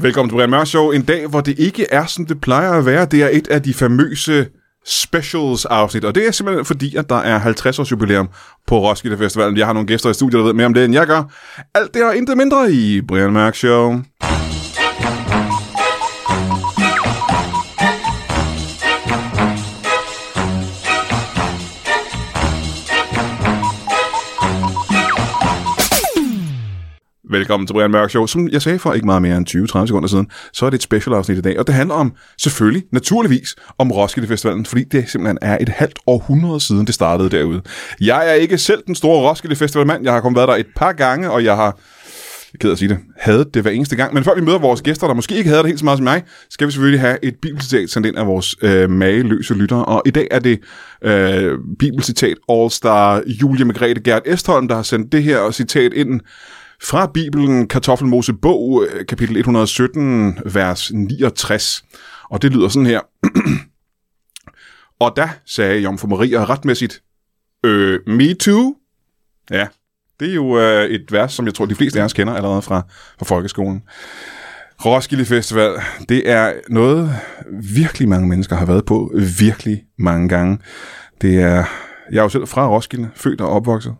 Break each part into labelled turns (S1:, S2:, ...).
S1: Velkommen til Brian Mørk Show. En dag, hvor det ikke er, som det plejer at være. Det er et af de famøse specials-afsnit, og det er simpelthen fordi, at der er 50-års jubilæum på Roskilde Festivalen. Jeg har nogle gæster i studiet, der ved mere om det, end jeg gør. Alt det og intet mindre i Brian Mørk Show. Velkommen til Brian Mørk Show. Som jeg sagde for ikke meget mere end 20-30 sekunder siden, så er det et special afsnit i dag, og det handler om, selvfølgelig, naturligvis, om Roskilde Festivalen, fordi det simpelthen er et halvt århundrede siden, det startede derude. Jeg er ikke selv den store Roskilde Festivalmand. Jeg har kun været der et par gange, og jeg har jeg er ked af at sige det, havde det hver eneste gang. Men før vi møder vores gæster, der måske ikke havde det helt så meget som mig, skal vi selvfølgelig have et bibelcitat sendt ind af vores øh, mageløse lyttere. Og i dag er det øh, bibelcitat All-Star Julie Margrethe Gert Estholm, der har sendt det her citat ind fra Bibelen, Kartoffelmose bog, øh, kapitel 117, vers 69. Og det lyder sådan her. og da sagde Jomfru Maria retmæssigt, øh, me too? Ja, det er jo øh, et vers, som jeg tror, de fleste af os kender allerede fra, fra folkeskolen. Roskilde Festival, det er noget, virkelig mange mennesker har været på virkelig mange gange. Det er, jeg er jo selv fra Roskilde, født og opvokset.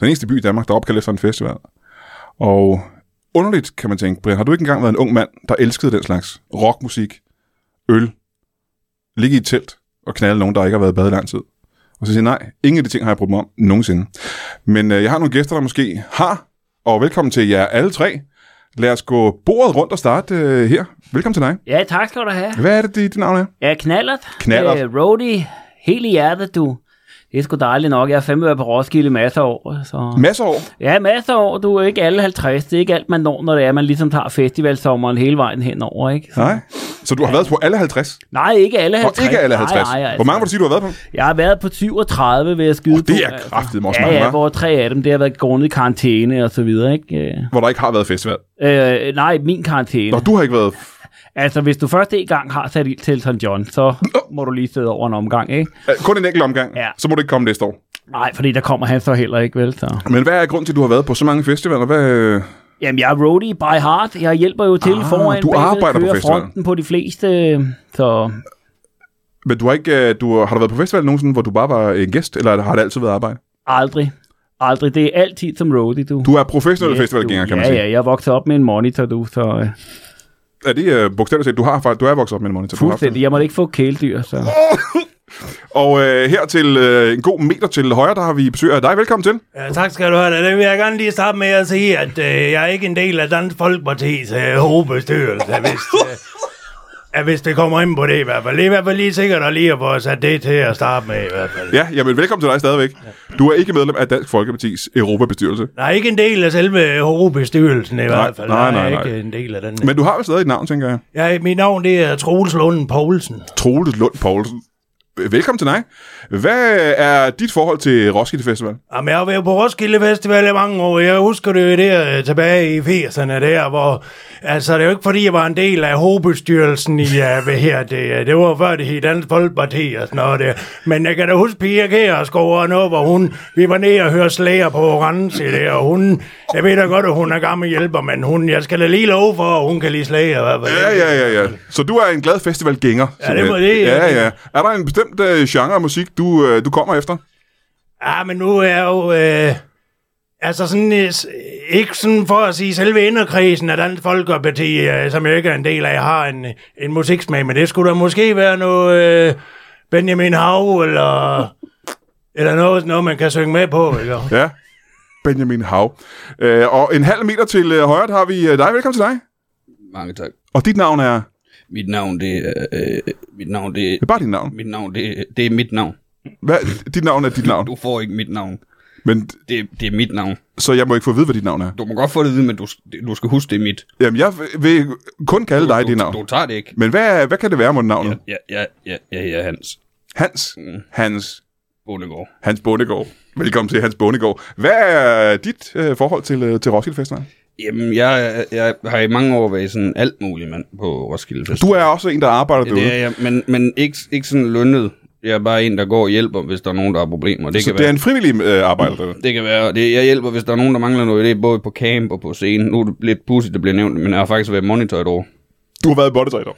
S1: Den eneste by i Danmark, der opkaldt efter en festival. Og underligt kan man tænke, Brian, har du ikke engang været en ung mand, der elskede den slags rockmusik, øl, ligge i et telt og knalde nogen, der ikke har været i bad i lang tid? Og så siger jeg, nej, ingen af de ting har jeg brugt mig om nogensinde. Men øh, jeg har nogle gæster, der måske har, og velkommen til jer alle tre. Lad os gå bordet rundt og starte øh, her. Velkommen til dig.
S2: Ja, tak skal du have.
S1: Hvad er det, dit navn er?
S2: Jeg er knallert.
S1: Knallert.
S2: Øh, roadie. Helt i hjertet, du. Det er sgu dejligt nok. Jeg har fandme været på Roskilde masser af år. Så.
S1: Masser af år.
S2: Ja, masser af år. Du er ikke alle 50. Det er ikke alt, man når, når det er, man ligesom tager festivalsommeren hele vejen henover, ikke? Så.
S1: Nej. Så du har været på alle 50?
S2: Nej, ikke alle 50.
S1: Og ikke alle 50?
S2: Nej, nej, altså.
S1: Hvor mange må du sige, du har været på?
S2: Jeg har været på 37, vil jeg skyde
S1: Åh, det
S2: på, øh,
S1: er kraftedeme også
S2: ja,
S1: mange,
S2: ja,
S1: hva'?
S2: hvor tre af dem, det har været grundet karantæne og så videre, ikke?
S1: Hvor der ikke har været festival.
S2: Øh, øh, nej, min karantæne.
S1: Nå, du har ikke været...
S2: Altså, hvis du først en gang har sat ild til St. John, så må du lige sidde over en omgang, ikke?
S1: øh, Kun en enkelt omgang.
S2: Ja.
S1: Så må du ikke komme næste år.
S2: Nej, fordi der kommer han så heller ikke, vel? Så.
S1: Men hvad er grunden til, at du har været på så mange festivaler? Hvad, øh,
S2: Jamen, jeg er roadie by heart. Jeg hjælper jo til
S1: Ah,
S2: foran.
S1: du
S2: bagved,
S1: arbejder på
S2: kører
S1: festivalen.
S2: fronten på de fleste. øh, Så
S1: men du har, ikke, øh, du, har du været på festival nogensinde, hvor du bare var en gæst, eller har det altid været arbejde?
S2: aldrig. Aldrig. Det er altid som roadie, du.
S1: Du er professionel
S2: Yes,
S1: yes, festivalgænger,
S2: du.
S1: kan man
S2: ja,
S1: sige.
S2: Ja, jeg voksede op med en monitor, du. Så øh,
S1: Er det øh, bogstaveligt set, du, har, faktisk- du er vokset op med en monitor? du har haft
S2: fuldstændig. Jeg måtte ikke få kæledyr, så.
S1: det. Og øh, her til øh, en god meter til højre, der har vi besøg af dig. Velkommen til.
S3: Ja, tak skal du have. Det vil jeg gerne lige starte med at sige, at øh, jeg er ikke en del af Dansk Folkeparti's øh, hovedbestyrelse, hvis, øh, at hvis det kommer ind på det i hvert fald. Det er i hvert fald lige sikkert at lige at få sat det til at starte med i hvert fald.
S1: Ja, jamen velkommen til dig stadigvæk. Du er ikke medlem af Dansk Folkeparti's Europabestyrelse.
S3: Nej, ikke en del af selve øh, hovedbestyrelsen i hvert fald.
S1: nej, nej,
S3: Jeg
S1: nej.
S3: er ikke en del af den.
S1: Men du har vel stadig et navn, tænker jeg.
S3: Ja, mit navn det er Troels Lund Poulsen.
S1: Troels Lund Poulsen. Velkommen til dig. Hvad er dit forhold til Roskilde Festival?
S3: Jamen, jeg har været på Roskilde Festival i mange år. Jeg husker det jo der øh, tilbage i 80'erne der, hvor... Altså, det er jo ikke fordi, jeg var en del af hovedbestyrelsen i, ja, hvad her det øh, Det var før det hed Dansk Folkeparti og sådan noget der. Men jeg kan da huske Pia Kærsgaard og noget, hvor hun... Vi var nede og hørte slager på Orange der, og hun... Jeg ved da godt, at hun er gammel hjælper, men hun... Jeg skal da lige love for, at hun kan lige slage. i hvert fald.
S1: Ja, ja, ja, ja. Så du er en glad festivalgænger. simpelthen.
S3: må det,
S1: Ja,
S3: ja.
S1: ja. Er der en bestemt øh, genre af musik, du, øh, du kommer efter?
S3: Ja, Ah, men nu er jeg jo... Øh, altså sådan... øh, s- Ikke sådan for at sige selve inderkredsen af Dansk Folkeparti, øh, som jeg ikke er en del af, jeg har en, øh, en musiksmag, men det skulle da måske være noget øh, Benjamin Hav, eller... Eller noget, noget, man kan synge med på, ikke?
S1: Ja. Benjamin Hav. Øh, og en halv meter til øh, højre, der har vi øh, dig. Velkommen til dig.
S4: Mange tak.
S1: Og dit navn er...
S4: Mit navn, det er... Øh, mit navn, det er...
S1: Det er bare dit navn.
S4: Mit navn, det er, det er mit navn.
S1: Hvad? Dit navn er dit navn.
S4: Du får ikke mit navn.
S1: Men,
S4: Det, det er mit navn.
S1: så jeg må ikke få at vide, hvad dit navn er.
S4: Du må godt få det at vide, men du, du skal huske, det er mit.
S1: Jamen, jeg vil kun kalde dig
S4: du,
S1: dit navn.
S4: Du, tager det ikke.
S1: Men hvad, hvad kan det være mod navnet?
S4: Ja, ja, ja, ja, ja Hans
S1: Hans. Hans.
S4: Bondegård.
S1: Hans Bondegård. Velkommen til Hans Bondegård. Hvad er dit øh, forhold til, øh, til Roskilde Festival?
S4: Jamen, jeg, jeg har i mange år været sådan alt muligt mand på Roskilde Fest.
S1: Du er også en, der arbejder
S4: ja,
S1: derude.
S4: det er jeg, men, men ikke, ikke sådan lønnet. Jeg er bare en, der går og hjælper, hvis der er nogen, der har problemer. Det
S1: så
S4: kan
S1: det er
S4: være.
S1: en frivillig øh, arbejder derude.
S4: Det kan være. Det, jeg hjælper, hvis der er nogen, der mangler noget. Det er både på camp og på scenen. Nu er det lidt pudsigt, det bliver nævnt, men jeg har faktisk været monitor et år.
S1: Du har været i Bottetræder.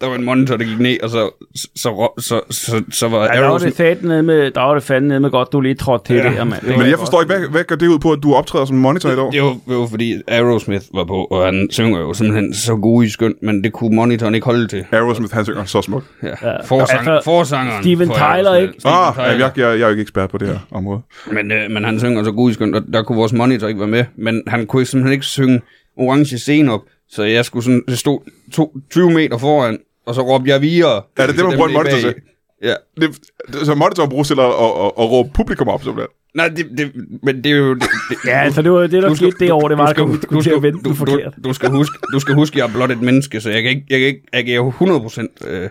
S4: Der var en monitor, der gik ned, og så, så, så, så, så, så var
S2: Ja, der var
S4: Arrow
S2: det fat ned med, der var det fandme ned med godt, du lige trådte til ja. det her, mand.
S1: Men jeg forstår ikke, hvad, hvad gør det ud på, at du optræder som monitor i dag?
S4: Det var, det var fordi Aerosmith var på, og han synger jo simpelthen så god i skønt, men det kunne monitoren ikke holde til.
S1: Aerosmith, han synger så smukt.
S4: Ja. Forsang,
S2: Altså,
S4: forsangeren.
S2: Steven
S4: for
S2: Tyler,
S4: Aerosmith,
S2: ikke?
S4: Steven
S1: Ah,
S4: Tyler.
S1: jeg, jeg, jeg er jo ikke ekspert på det her område.
S4: Men, øh, men han synger så god i skønt, og der kunne vores monitor ikke være med, men han kunne simpelthen ikke synge orange scene op, så jeg skulle sådan, det stod to, 20 meter foran, og så råbte jeg videre.
S1: Er det det, man
S4: Dem
S1: bruger en
S4: lige
S1: monitor
S4: bag.
S1: til?
S4: Ja.
S1: Det, det, så monitor bruges til at, at, at, at råbe publikum op, simpelthen.
S4: Nej, det, det, men det er jo... Det, det,
S2: Ja, altså det var jo det, der skete det år, det var, at du skulle til at vente den
S4: du, du,
S2: forkert.
S4: du, skal huske, du skal huske, jeg er blot et menneske, så jeg kan ikke, jeg kan ikke agere 100% øh,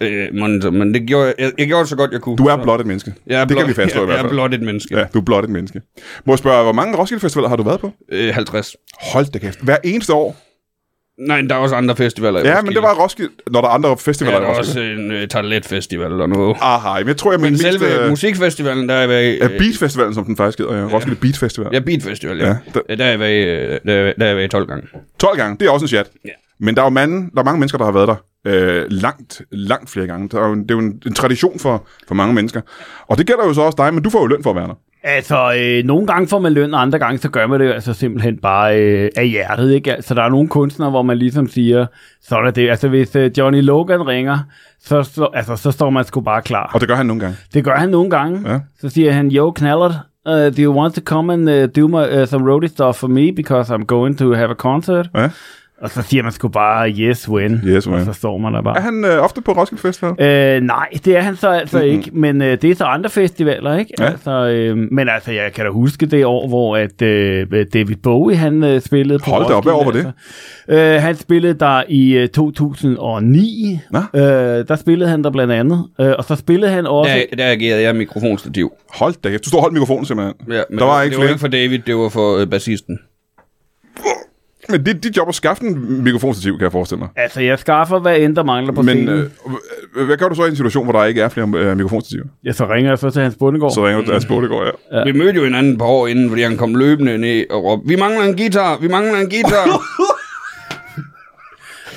S4: øh, monitor, men det gjorde, jeg, jeg, jeg gjorde så godt, jeg kunne.
S1: Du er
S4: så.
S1: blot et menneske.
S4: Jeg er
S1: det
S4: blot,
S1: kan vi fastslå
S4: jeg,
S1: i hvert fald.
S4: Jeg er blot et menneske.
S1: Ja,
S4: Ja.
S1: du er blot et menneske. Må jeg spørge, hvor mange Roskilde Festivaler har du været på?
S4: Øh, 50.
S1: Hold da kæft. Hver eneste år?
S4: Nej, der er også andre festivaler. i
S1: Ja, men
S4: Roskilde.
S1: det var Roskilde, når der er andre
S4: Ja,
S1: festivaler.
S4: der
S1: i
S4: er
S1: Roskilde.
S4: også en øh, toiletfestival og noget.
S1: Aha, men jeg tror, jeg
S4: Men
S1: min
S4: selve
S1: Ah, mest... øh,
S4: musikfestivalen, der er jeg
S1: Ja,
S4: været... øh,
S1: Beat Festivalen, som den faktisk hedder. Ja. Roskilde Beat Festival.
S4: Ja, Beat Festival, ja.
S1: Ja,
S4: ja
S1: der-
S4: der... der er jeg været, øh, der, er- der er jeg været 12 gange.
S1: 12 gange, det er også en chat.
S4: Ja.
S1: Men der er jo manden, der er mange mennesker, der har været der øh, langt, langt flere gange. Der er jo en, det er jo en, en tradition for, for mange mennesker. Og det gælder jo så også dig, men du får jo løn for at være der.
S2: Altså, øh, nogle gange får man løn, og andre gange, så gør man det jo altså simpelthen bare øh, af hjertet, ikke? Altså, der er nogle kunstnere, hvor man ligesom siger, så er der det. Altså, hvis øh, Johnny Logan ringer, så, så, altså, så står man sgu bare klar.
S1: Og det gør han nogle gange.
S2: Det gør han nogle gange.
S1: Ja.
S2: Ja. Så siger han, yo, knallert, uh, do you want to come and uh, do my, uh, some roadie stuff for me, because I'm going to have a concert?
S1: Ja.
S2: Og så siger man sgu bare, yes, when.
S1: Yes, when.
S2: Og så står man der bare.
S1: Er han øh, ofte på Roskilde Festival?
S2: Øh, nej, det er han så altså mm-hmm. ikke, men øh, det er så andre festivaler, ikke?
S1: Ja.
S2: Altså, øh, men altså, jeg kan da huske det år, hvor at, øh, David Bowie, han øh, spillede på
S1: Hold da op, hvad år var det?
S2: Roskilde, Altså. Øh, han spillede der i øh, 2009,
S1: Nå.
S2: øh, der spillede han der blandt andet, øh, og så spillede han også...
S4: Der, der agerede jeg mikrofonstativ.
S1: Hold da kæft. Du står og holdt mikrofonen simpelthen.
S4: Ja, men
S1: der var
S4: det,
S1: ikke
S4: det var
S1: flere.
S4: ikke for David, det var for øh, bassisten.
S1: Men det er dit job at skaffe en mikrofonstativ, kan jeg forestille mig.
S2: Altså, jeg skaffer, hvad end der mangler på
S1: Men
S2: scenen.
S1: øh, h- hvad gør du så i en situation, hvor der ikke er flere øh, mikrofonstativer?
S2: ja, så ringer jeg så til hans bundegård.
S1: Så ringer du til Asbjørn, det går, ja.
S4: Ja. Vi mødte jo hinanden et par år inden, fordi han kom løbende ned og råbte, vi mangler en guitar, vi mangler en guitar.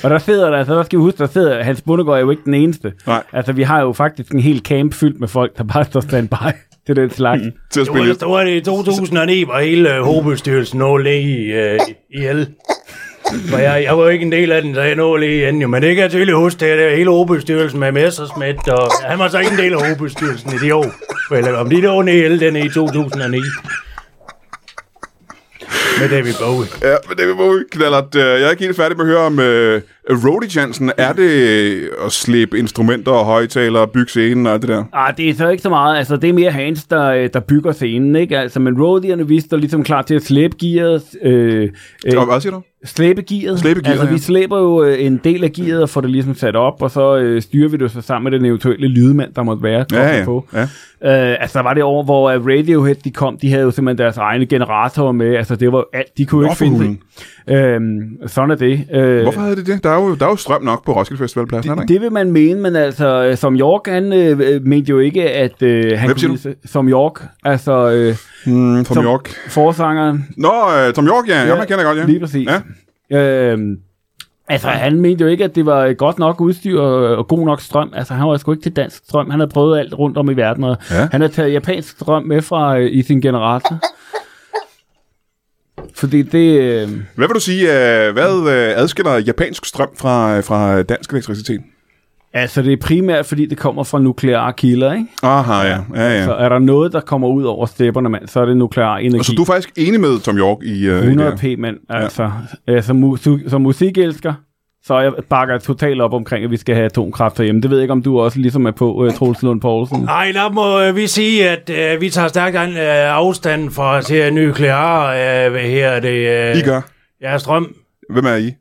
S2: Og der sidder der, altså, der skal vi huske, der sidder, Hans Bundegård er jo ikke den eneste.
S1: Nej.
S2: Altså, vi har jo faktisk en hel camp fyldt med folk, der bare står standby til den slags.
S1: Til at
S3: Det var,
S1: spille.
S3: det altså, var det i 2009, hvor hele øh, hovedbestyrelsen nå lige øh, i el. For jeg, jeg var jo ikke en del af den, så jeg nå lige inden jo. Men det kan jeg tydeligt huske, det er det hele hovedbestyrelsen med Messersmith, og han var så ikke en del af hovedbestyrelsen i de år. Eller om de lå ned i el, den i 2009. Med David Bowie.
S1: Ja, men det må vi knallert. Øh, Jeg er ikke helt færdig med at høre om øh, roadie chansen. Er det øh, at slæbe instrumenter og højtalere og bygge scenen og alt det der?
S2: Ah, det er så ikke så meget. Altså, det er mere Hans, der, øh, der bygger scenen, ikke? Altså, men roadierne, vi står ligesom klar til at slæbe gearet. Øh, øh,
S1: Og hvad siger du?
S2: slæbe gearet.
S1: Slæbe gearet,
S2: altså,
S1: ja.
S2: vi slæber jo øh, en del af gearet og får det ligesom sat op, og så øh, styrer vi det så sammen med den eventuelle lydmand, der måtte være. koblet
S1: ja,
S2: På.
S1: ja.
S2: Øh, altså, der var det år, hvor øh, Radiohead, de kom, de havde jo simpelthen deres egne generatorer med. Altså, det var alt, de kunne jo
S1: Nå,
S2: ikke
S1: for
S2: finde det. Øhm, sådan er det. Øh,
S1: Hvorfor havde det det? Der er jo, der er jo strøm nok på Roskilde Festivalpladsen, er der ikke?
S2: det vil man mene, men altså, øh, som York, han øh, øh, mente jo ikke, at øh, han
S1: Hvem siger
S2: kunne vise, som York, altså øh,
S1: Mm, Tom
S2: som-
S1: York.
S2: forsangeren,
S1: Nå, øh, Tom York, ja. ja. Jamen, jeg kender jeg godt, ja.
S2: lige præcis.
S1: Ja.
S2: Øhm, altså, han mente jo ikke, at det var øh, godt nok udstyr og, og god nok strøm. Altså, han var sgu ikke til dansk strøm. Han havde prøvet alt rundt om i verden, og
S1: Ja.
S2: ja. han havde taget japansk strøm med fra øh, i sin generator. Fordi det... Øh,
S1: Hvad vil du sige, øh, hvad øh, adskiller japansk strøm fra, fra dansk elektricitet?
S2: altså, det er primært, fordi det kommer fra nukleare kilder, ikke?
S1: Aha, ja. ja, ja.
S2: Så er der noget, der kommer ud over stepperne, mand, så er det nuklear energi.
S1: Så Altså, du er faktisk enig med Tom York i... Øh, i det her?
S2: 100p, mand. Altså, ja. som, mu- som musikelsker, så jeg bakker totalt op omkring, at vi skal have atomkraft herhjemme. Det ved jeg ikke, om du også ligesom er på, uh, Troels Lund Poulsen.
S3: Nej, der må øh, vi sige, at øh, vi tager stærkt an, øh, afstand fra til nukleare, øh, hvad her det, øh,
S1: I gør.
S3: ja, strøm.
S1: Hvem er I?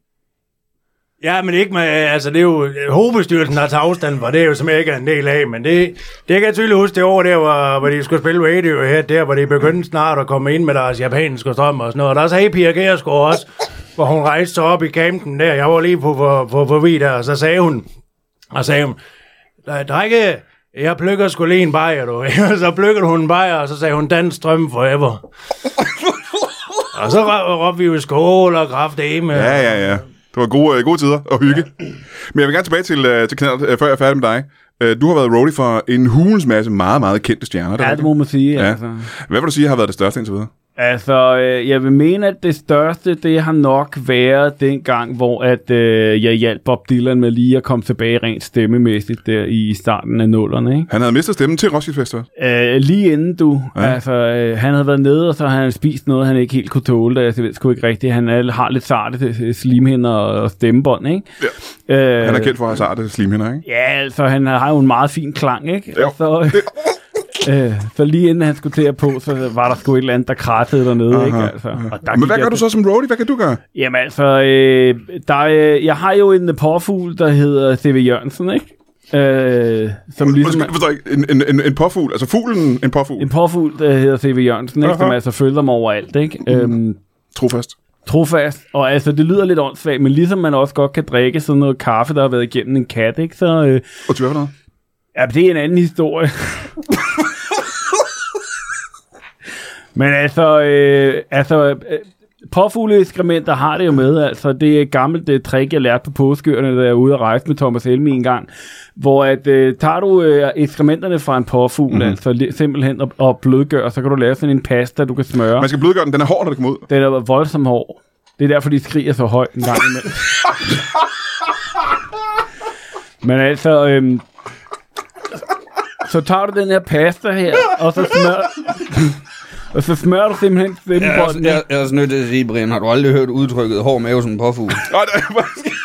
S3: Ja, men ikke med, altså det er jo hovedbestyrelsen, der tager afstand fra, det er jo som jeg ikke er en del af, men det, det kan jeg tydeligt huske det år der, hvor, hvor de skulle spille radio her, der hvor de begyndte snart at komme ind med deres japanske strøm og sådan noget, og der sagde Pia Gersgaard også, hvor hun rejste sig op i campen der, jeg var lige på, på, på, forbi der, og så sagde hun, og sagde hun, "Øh, drenge, jeg plukker sgu lige en bajer, du. så plukkede hun en bajer, og så sagde hun, dansk strøm forever. og så rå- råbte vi jo skål og kraft
S1: Ja, ja, ja. Det var gode, øh, gode tider og hygge. Ja. Men jeg vil gerne tilbage til, øh, til knaldet, øh, før jeg er færdig med dig. Øh, du har været roadie for en hulens masse meget, meget kendte stjerner. er
S2: Ja, det
S1: rigtigt.
S2: må man sige.
S1: Ja.
S2: Ja. Altså.
S1: Hvad vil du sige har været det største indtil videre?
S2: Altså, øh, jeg vil mene, at det største, det har nok været dengang, hvor at, øh, jeg hjalp Bob Dylan med lige at komme tilbage rent stemmemæssigt der i starten af nullerne. Ikke?
S1: Han havde mistet stemmen til Roskilde Festival.
S2: Øh, lige inden du,
S1: Ja.
S2: ja. altså, øh, han havde været nede, og så havde han spist noget, han ikke helt kunne tåle. Altså, jeg ved sgu ikke rigtigt, han er, har lidt sarte øh, slimhinder og, og stemmebånd, ikke? Ja. Øh,
S1: Han er kendt for at have sarte slimhinder, ikke?
S2: Ja, altså, han har jo en meget fin klang, ikke?
S1: Jo.
S2: Og Så, øh, så lige inden han skulle til at på, så var der sgu et eller andet, der krattede dernede, ikke? Altså, og der
S1: Men
S2: gik
S1: hvad
S2: jeg
S1: gør du
S2: til-
S1: så som roadie? Hvad kan du gøre?
S2: Jamen altså, øh, der, øh, jeg har jo en påfugl, der hedder C.V. Jørgensen, ikke? Øh, som
S1: Undskyld,
S2: ligesom,
S1: jeg forstår ikke. En, en, en, en påfugl? Altså fuglen, en påfugl?
S2: en påfugl, der hedder C.V. Jørgensen, ikke? Som
S1: Aha.
S2: altså følger mig overalt, ikke? Øhm,
S1: Trofast.
S2: trofast, og altså, det lyder lidt åndssvagt, men ligesom man også godt kan drikke sådan noget kaffe, der har været igennem en kat, ikke? Så, øh,
S1: Og du hvad for noget?
S2: ja, det er en anden historie. men altså, øh, altså, øh, Påfugleeskrementer har det jo med, altså det er et gammelt det trick, jeg lærte på påskeøerne, da jeg var ude og rejse med Thomas Helmi en gang, hvor at, øh, tager du øh, ekskrementerne fra en påfugl, mm-hmm. altså li- simpelthen og, og blødgør, så kan du lave sådan en pasta, du kan smøre.
S1: Man skal blødgøre den. Den er hård, når det kommer ud.
S2: Den er voldsomt hård. Det er derfor, de skriger så højt en gang imellem. Men altså, øhm, så tager du den her pasta her, og så smører, og så smører du simpelthen
S4: Jeg er, også,
S2: stemmebånden.
S4: jeg, jeg er også nødt til at sige, Brian, har du aldrig hørt udtrykket hård mave som en påfugl?
S1: Nej, det, er faktisk-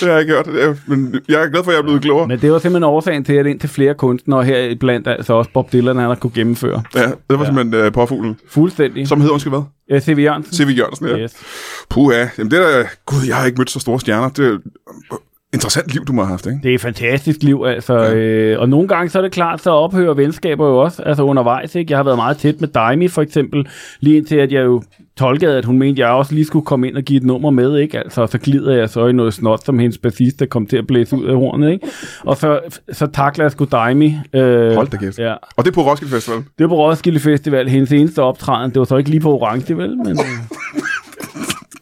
S1: det har jeg ikke hørt. Det er- Men jeg er glad for, at jeg er blevet klogere.
S2: Men det var simpelthen årsagen til, at indtil flere kunstnere her blandt altså også Bob Dylan, han har kunne gennemføre.
S1: Ja, det var simpelthen øh, påfuglen.
S2: Fuldstændig.
S1: Som hedder, undskyld hvad?
S2: Øh, C.V. Jørgensen.
S1: C.V. Jørgensen, ja.
S2: Yes.
S1: Puh, ja. Jamen det der, gud, jeg har ikke mødt så store stjerner. Det er et interessant liv, du må have haft, ikke?
S2: Det er et fantastisk liv, altså. Ja. Øh, og nogle gange, så er det klart, så ophører venskaber jo også altså undervejs. Ikke? Jeg har været meget tæt med Daimi, for eksempel, lige indtil at jeg jo tolkede, at hun mente, at jeg også lige skulle komme ind og give et nummer med, ikke? Altså, og så glider jeg så i noget snot, som hendes bassist, der kom til at blæse ud af hornet, ikke? Og så, så takler jeg sgu Daimi. Øh,
S1: Hold da kæft.
S2: Ja.
S1: Og det er på Roskilde Festival.
S2: Det var på Roskilde Festival, hendes eneste optræden. Det var så ikke lige på Orange, vel? Men,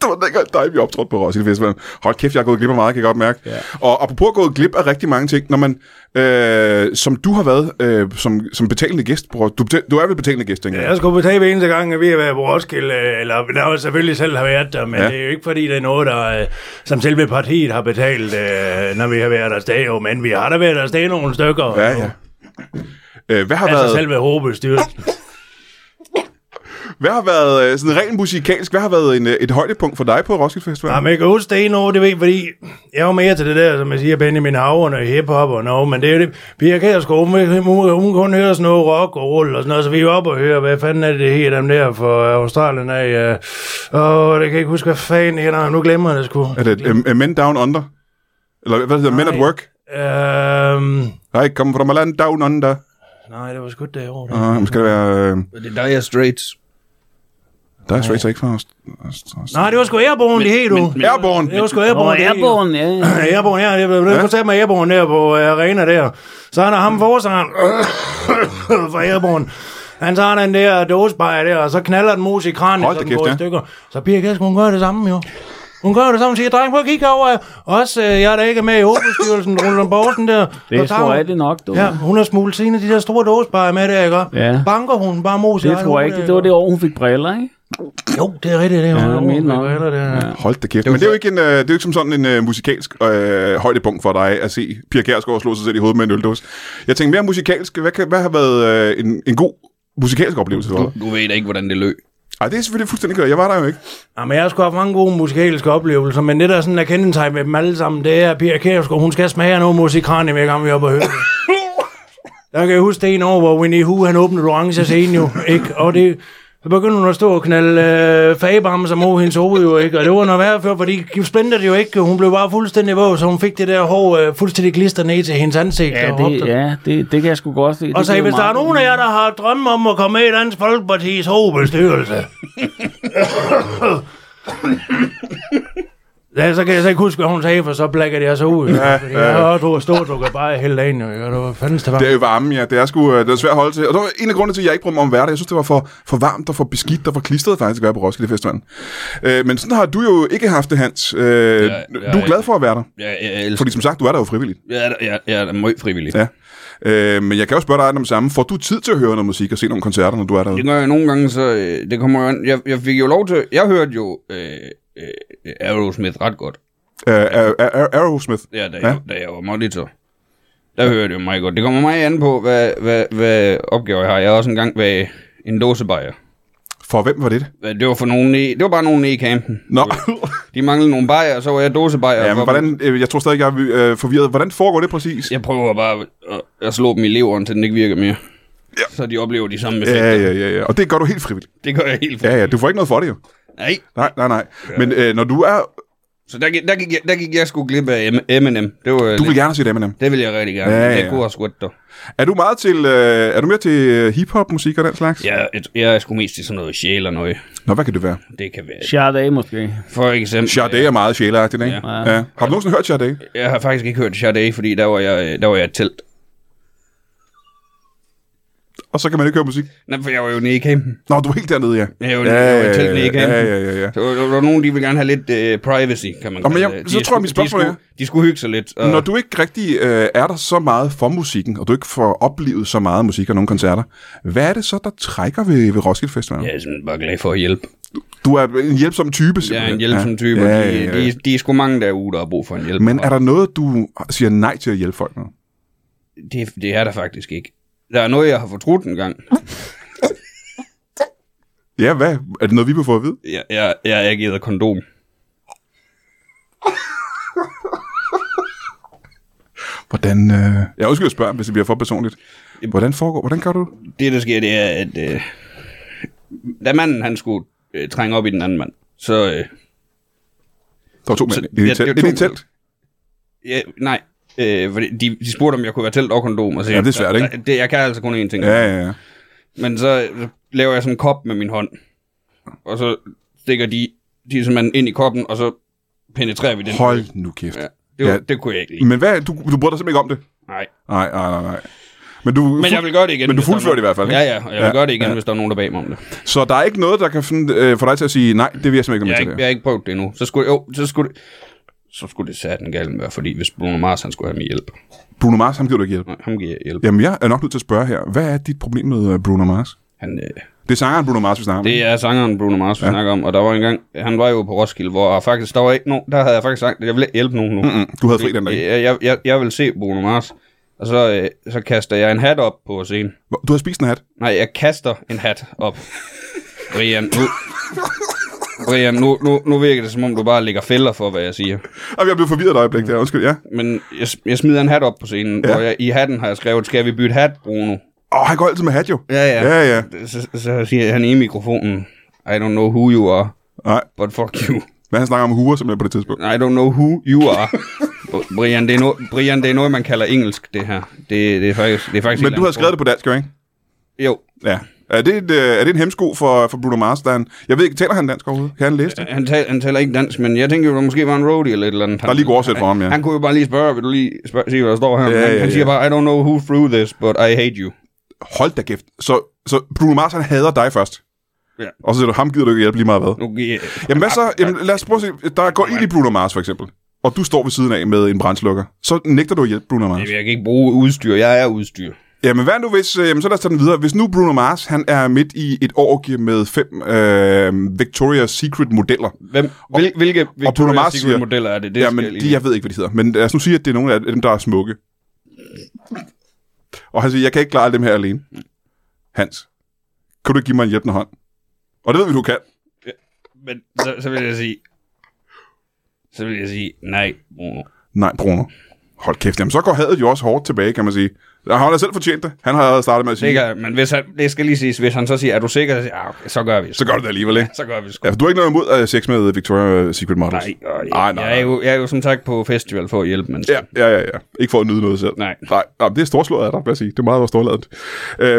S1: Det var dengang dig, vi optrådte på Roskilde Festival. Hold kæft, jeg har gået glip af meget, kan jeg godt mærke. Ja. Og apropos gået glip af rigtig mange ting, når man, øh, som du har været øh, som, som betalende gæst, på, Ros- du, betal- du er vel betalende gæst, tænker jeg.
S3: Jeg skulle betale hver eneste gang, at vi har været på Roskilde, øh, eller der har jeg selvfølgelig selv har været der, men
S1: Ja.
S3: ja. det er jo ikke fordi, det er noget, der, øh, som selve partiet har betalt, øh, når vi har været afsted, jo, men vi har da været afsted nogle stykker.
S1: Ja,
S3: jo.
S1: ja. Øh, hvad, har
S3: Altså
S1: været,
S3: selve hovedbestyrelsen.
S1: hvad har været, øh, sådan rent musikalsk, hvad har været en, øh, et højdepunkt for dig på Roskilde Festival?
S3: Nej, men jeg kan huske det ene år, det ved jeg, fordi jeg var mere til det der, som jeg siger, Benjamin Havren og hiphop og noget, men det er jo det, Pia Kærsgaard, hun, hun, hun kun hører sådan noget rock og roll og sådan noget, så vi er oppe og hører, hvad fanden er det, det her dem der fra Australien af, øh, åh, det kan jeg ikke huske, hvad fanden det er, nu glemmer jeg det sgu.
S1: Er det øh, øh, Men Down Under? Eller hvad hedder Men at
S3: Nej.
S1: Work?
S3: Øhm,
S1: I come from a land down under.
S3: nej, det var sgu det år.
S1: Uh, måske det være... Øh,
S4: Det er Dire Straits.
S1: der er Straits ikke fra os.
S3: Nej, det var sgu Airborne, det hed du.
S1: Airborne!
S3: Det var sgu Airborne, det hed.
S2: ja.
S3: Airborne her, det blev ja. koncert med Airborne der på øh, arena der. Så er der ham forsangeren fra Airborne. Han tager den der dåsebajer der, og så knaller den mus i kranen,
S1: Hold
S3: så
S1: da
S3: den
S1: kæft,
S3: går i
S1: ja.
S3: stykker. Så Pia Kæsk, hun gør det samme jo. Hun gør det samme og siger, dreng, prøv at kigge over. Også øh, jeg, der ikke er med i hovedbestyrelsen, Roland Borgsen der.
S2: Det
S3: Så
S2: er
S3: tager
S2: sgu
S3: hun-
S2: rigtigt nok, du.
S3: Ja, hun har smuglet sine af de der store dåsebajer med der, ikke?
S2: Ja.
S3: Banker hun bare mus i
S2: Det
S3: egen
S2: tror jeg
S3: hoved,
S2: ikke.
S3: ikke?
S2: Det var det år, hun fik briller, ikke?
S3: Jo, det er rigtigt, det er
S2: Ja,
S3: hun.
S2: jeg mener nok.
S3: Eller det, ja.
S1: Hold da kæft. Men det er jo ikke, en, øh, det er jo ikke som sådan en øh, musikalsk øh, højdepunkt for dig at se Pia Kjærsgaard slå sig selv i hovedet med en øldåse. Jeg tænker mere musikalsk. Hvad, kan, hvad har været øh, en, en god musikalsk oplevelse for dig?
S4: Du ved da ikke, hvordan det løb.
S1: Ej, det er selvfølgelig fuldstændig klart. Jeg var der jo ikke.
S3: Jamen, jeg har sgu haft mange gode musikalske oplevelser, men det der sådan er kendetegn med dem alle sammen, det er, at Pia Kærsgaard, hun skal smage af noget musikrani, hver gang vi er oppe og høre. det. Der kan jeg huske det ene år, hvor Winnie Hu, han åbnede orange scene jo, ikke? Og det, så begyndte hun at stå og knalde øh, fagebamser mod hendes hoved jo, ikke? Og det var noget værre før, fordi de spændte det jo ikke. Hun blev bare fuldstændig våd, så hun fik det der hår øh, fuldstændig glister ned til hendes ansigt.
S2: Ja,
S3: og hoppede.
S2: det, ja det, det kan jeg sgu godt se.
S3: Og
S2: Det
S3: sagde,
S2: blev
S3: hvis der er
S2: meget-
S3: nogen af jer, der har drømme om at komme med i Dansk Folkeparti's hovedbestyrelse, Ja, så kan jeg så ikke huske, hvad hun sagde, for så blækker jeg så ud. Ja, fordi jeg har du stå, du kan bare hele dagen, og det var fandens det var.
S1: Det er jo varmen, ja. Det er sgu øh, det er svært at holde til. Og det var en af grundene til, at jeg ikke brød mig om hverdag. Jeg synes, det var for, for varmt og for beskidt og for klistret faktisk at være på Roskilde Festivalen. Øh, men sådan har du jo ikke haft det, Hans. Øh, ja,
S4: ja,
S1: du er glad for at være der.
S4: Jeg, jeg, jeg, elsker,
S1: Fordi som sagt, du er der jo frivilligt.
S4: jeg, er da- jeg, jeg er da meget frivillig.
S1: Ja. Øh, men jeg kan jo spørge dig om det samme. Får du tid til at høre noget musik og se nogle koncerter, når du er derude?
S4: Det gør jeg nogle gange, så øh, det kommer jo an. Jeg, jeg fik jo lov til... Jeg hørte jo øh, øh, Aerosmith ret godt,
S1: Øh, øh, øh, Aerosmith.
S4: ja, da, ja.
S1: Ja.
S4: Jeg, da jeg var monitor. Der hørte jeg jo meget godt. Det kommer meget an på, hvad, hvad, hvad opgaver jeg har. Jeg har også engang været en dåsebajer.
S1: For hvem var det?
S4: Hvad, Det var, for nogen i, det var bare nogen i campen.
S1: Nå.
S4: De manglede nogle bajer, og så var jeg dåsebajer.
S1: ja,
S4: for
S1: men
S4: dem.
S1: hvordan, øh, jeg tror stadig, jeg er øh, forvirret. Hvordan foregår det præcis?
S4: Jeg prøver bare at, at slå dem i leveren, til den ikke virker mere. Ja. Så de oplever de samme effekter.
S1: Ja,
S4: Ja.
S1: ja, ja, ja. Og det gør du helt frivilligt.
S4: Det gør jeg helt for. Ja.
S1: Ja, ja. Du får ikke noget for det jo.
S4: Nej.
S1: Nej, nej, nej. Men øh, når du er...
S4: Så der, gik- der, gik, jeg, der gik jeg sgu glip af M- M&M. Det, var,
S1: Du vil gerne se det, Eminem.
S4: det ville jeg rigtig gerne.
S1: Ja,
S4: Ja,
S1: ja,
S4: ja. Jeg
S1: ja.
S4: kunne have skudt dig.
S1: Er du meget til, øh, er du mere til øh, hip-hop, musik og den slags?
S4: Jeg, jeg, jeg er sgu mest til sådan noget sjæl og noget.
S1: Nå, hvad kan det være?
S4: Det kan være.
S2: Sade måske.
S4: For eksempel...
S1: Sade er meget sjæleagtigt, ikke?
S4: Ja.
S1: ja. Har du nogensinde hørt Sade?
S4: Jeg har faktisk ikke hørt Sade, fordi der var jeg, øh, der var jeg i et telt.
S1: Og så kan man ikke høre musik.
S4: Nej, for jeg var jo nede i campen.
S1: Nå, du er helt dernede, ja.
S4: Jeg var, ja, jeg var i telt nede i
S1: ja,
S4: campen.
S1: ja, ja, ja.
S4: Så der, der var nogen, de ville gerne have lidt øh, privacy, kan man
S1: Nå, men
S4: kalde
S1: jeg-
S4: det.
S1: så
S4: De
S1: tror jeg,
S4: sku-
S1: mit spørgsmål
S4: de skulle, de skulle hygge sig lidt. Og,
S1: Når du ikke rigtig øh, er der så meget for musikken, og du ikke får oplevet så meget musik og nogle koncerter, hvad er det så, der trækker ved, ved Roskilde Festival?
S4: Jeg er simpelthen bare glad for at hjælpe.
S1: Du er en hjælpsom type,
S4: Jeg er
S1: simpelthen.
S4: en hjælpsom type, ja, ja, ja. De, de, de er sgu mange derude, der har brug for en hjælp.
S1: Men er der noget, du siger nej til at hjælpe folk med?
S4: det, det er der faktisk ikke. Der er noget, jeg har fortrudt en gang.
S1: Ja, hvad? Er det noget, vi vil få at vide?
S4: Jeg, jeg, jeg, jeg givet kondom.
S1: Hvordan... Øh... Jeg undskyld at spørge, hvis det bliver for personligt. Hvordan foregår... Hvordan gør du det?
S4: Det, der sker, det er, at øh, da manden han skulle øh, trænge op i den anden mand, så... Øh,
S1: Der var to mænd.
S4: Så-
S1: Det er
S4: ja,
S1: et telt.
S4: det er
S1: Det er
S4: to-
S1: et telt.
S4: ja, nej, øh, fordi de, de spurgte, om jeg kunne være telt og kondom. Og så,
S1: Ja, det er svært, ikke?
S4: Det, jeg kan altså kun én ting.
S1: Ja, ja, ja.
S4: Men så øh, laver jeg sådan en kop med min hånd, og så stikker de, de simpelthen ind i koppen, og så penetrerer vi den.
S1: Hold nu kæft.
S4: Ja, det, var,
S1: Ja.
S4: ja. det kunne jeg ikke lide.
S1: Men hvad... Du, du bryder dig simpelthen ikke om det?
S4: Nej.
S1: Nej, nej, nej, nej. Men, du,
S4: Men jeg vil gøre det igen.
S1: Men du
S4: hvis der er
S1: fuldfører det
S4: nogen-
S1: i hvert fald, ikke?
S4: Ja, ja, og jeg vil
S1: Ja,
S4: ja, gøre det igen,
S1: ja.
S4: ja. hvis der er nogen, der er bag mig om det.
S1: Så der er ikke noget, der kan finde, øh, få dig til at sige, nej, det vil jeg simpelthen ikke være med
S4: Jeg har ikke,
S1: til.
S4: jeg
S1: det
S4: har ikke prøvet det endnu. Så skulle, jo, så skulle det, så skulle det satan galt være, fordi hvis Bruno Mars, han skulle have min hjælp.
S1: her." Bruno Mars, ham giver du ikke hjælp.
S4: Nej, ham giver jeg hjælp. Ja.
S1: Jamen, jeg er nok nødt til at spørge her. Hvad er dit problem med øh, Bruno Mars?
S4: Han, øh,
S1: Det er sangeren Bruno Mars, vi snakker om.
S4: det er sangeren Bruno Mars, vi ja. snakker om, og der var en gang, han var jo på Roskilde, hvor faktisk, der var ikke nogen, der havde jeg faktisk sagt, at jeg ville ikke hjælpe nogen nu. Øh,
S1: Mm-mm, Mm. du havde fri den dag.
S4: Jeg, jeg, jeg, jeg vil se Bruno Mars, og så, øh, så kaster jeg en hat op på scenen.
S1: Hvor- Du har spist en hat.
S4: Nej, jeg kaster en hat op. Brian, nu... Brian, nu, nu, nu virker det, som om du bare lægger fælder for, hvad jeg siger.
S1: Jamen, jeg blev forvirret et øjeblik der. Undskyld, ja.
S4: Men jeg, jeg smider en hat op på scenen, ja. hvor jeg, i hatten har jeg skrevet, skal vi bytte hat, Bruno?
S1: Åh, han går altid med hat, jo.
S4: Ja, ja.
S1: Ja, ja.
S4: Så, så siger han i mikrofonen, I don't know who you are,
S1: Nej,
S4: but fuck you.
S1: men han snakker om huer simpelthen på det tidspunkt.
S4: I don't know who you are. Br- Brian det, er no, Brian, det er noget, man kalder engelsk, det her. Det, det er faktisk... Det er faktisk
S1: Men du har skrevet det på dansk, jo, ikke?
S4: det? Jo.
S1: Ja. Er det, et, øh, er det en hemsko for, for Bruno Mars? Der er en, jeg ved ikke, taler han dansk overhovedet? Kan han læse det?
S4: Han, tal, han taler ikke dansk, men jeg tænker jo, der måske var en roadie eller et eller andet.
S1: Der er lige god oversæt for ham, ja.
S4: Han kunne jo bare lige spørge, vil du lige spørge, sige, hvad der står her?
S1: Ja,
S4: Ja, han,
S1: ja,
S4: ja, han
S1: ja.
S4: siger bare, I don't know who threw this, but I hate you.
S1: Hold da kæft. Så, så Bruno Mars, han hader dig først.
S4: Ja.
S1: Og så siger du, ham gider du ikke hjælpe lige meget hvad.
S4: Nu giver
S1: Jamen hvad så? Jamen, lad os prøve at se. Der går ild i Bruno Mars, for eksempel. Og du står ved siden af med en brændslukker. Så nægter du at hjælpe Bruno Mars.
S4: Jamen, jeg kan ikke bruge udstyr. Jeg er udstyr.
S1: Jamen hvad nu hvis... Øh, jamen, så lad os tage den videre. Hvis nu Bruno Mars, han er midt i et orgie med fem øh, Victoria's Secret modeller.
S4: Hvem, hvil, hvilke
S1: og Bruno Mars
S4: Victoria's
S1: siger-
S4: Secret modeller er det? det
S1: Jamen,
S4: skal jeg
S1: de,
S4: lige-
S1: jeg ved ikke, hvad de hedder. Men lad os nu sige, at det er nogle af dem, der er smukke. Og han siger, jeg kan ikke klare alle dem her alene. Hans, kan du ikke give mig en hjælpende hånd? Og det ved vi, du kan.
S4: Men så, så vil jeg sige... Så vil jeg sige, nej, Bruno.
S1: Nej, Bruno. Hold kæft. Jamen, så går hadet jo også hårdt tilbage, kan man sige. Han har da selv fortjent det. Han har allerede startet med at sige,
S4: Sikker, men hvis han, det skal lige siges, hvis han så siger, er du sikker? Så, siger, jeg, ah, okay, så gør vi det.
S1: så gør du det alligevel, ikke?
S4: Så gør vi det sgu.
S1: Ja, for du har ikke noget imod øh, sex med Victoria Secret Models?
S4: Nej, og
S1: nej,
S4: jeg,
S1: nej.
S4: Jeg, er jo, jeg er jo som sagt på festival for at hjælpe mennesker.
S1: Ja, ja, ja, ja. Ikke for at nyde noget selv.
S4: Nej.
S1: Nej, nej det er storslået af dig, vil jeg sige. Det er meget, meget storslaget.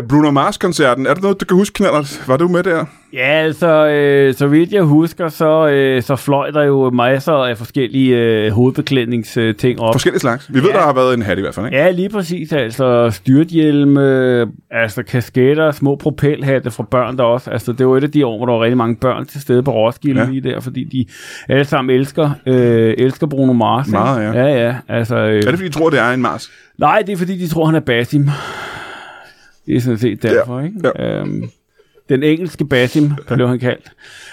S1: Øh, Bruno Mars-koncerten, er det noget, du kan huske, Knallert? Var du med der?
S2: Ja, altså, øh, så vidt jeg husker, så, øh, så fløj der jo masser af forskellige øh, hovedbeklædningsting øh, ting op.
S1: Forskellige slags. Vi ved,
S2: Ja.
S1: der har været en hat i hvert fald, ikke?
S2: Ja, lige præcis. Altså styrthjelme, øh, altså kasketter, små propelhatte fra børn der også. Altså det var et af de år, hvor der var rigtig mange børn til stede på Roskilde
S1: Ja.
S2: ja. lige der, fordi de alle sammen elsker, øh, elsker Bruno Mars. ikke?
S1: Meget, ja.
S2: Ja, ja. Altså, øh,
S1: Er det, fordi de tror, det er en Mars?
S2: Nej, det er fordi, de tror, han er Basim. Det er sådan set derfor, ja. ikke? Ja. Øhm, den engelske Basim, blev han kaldt.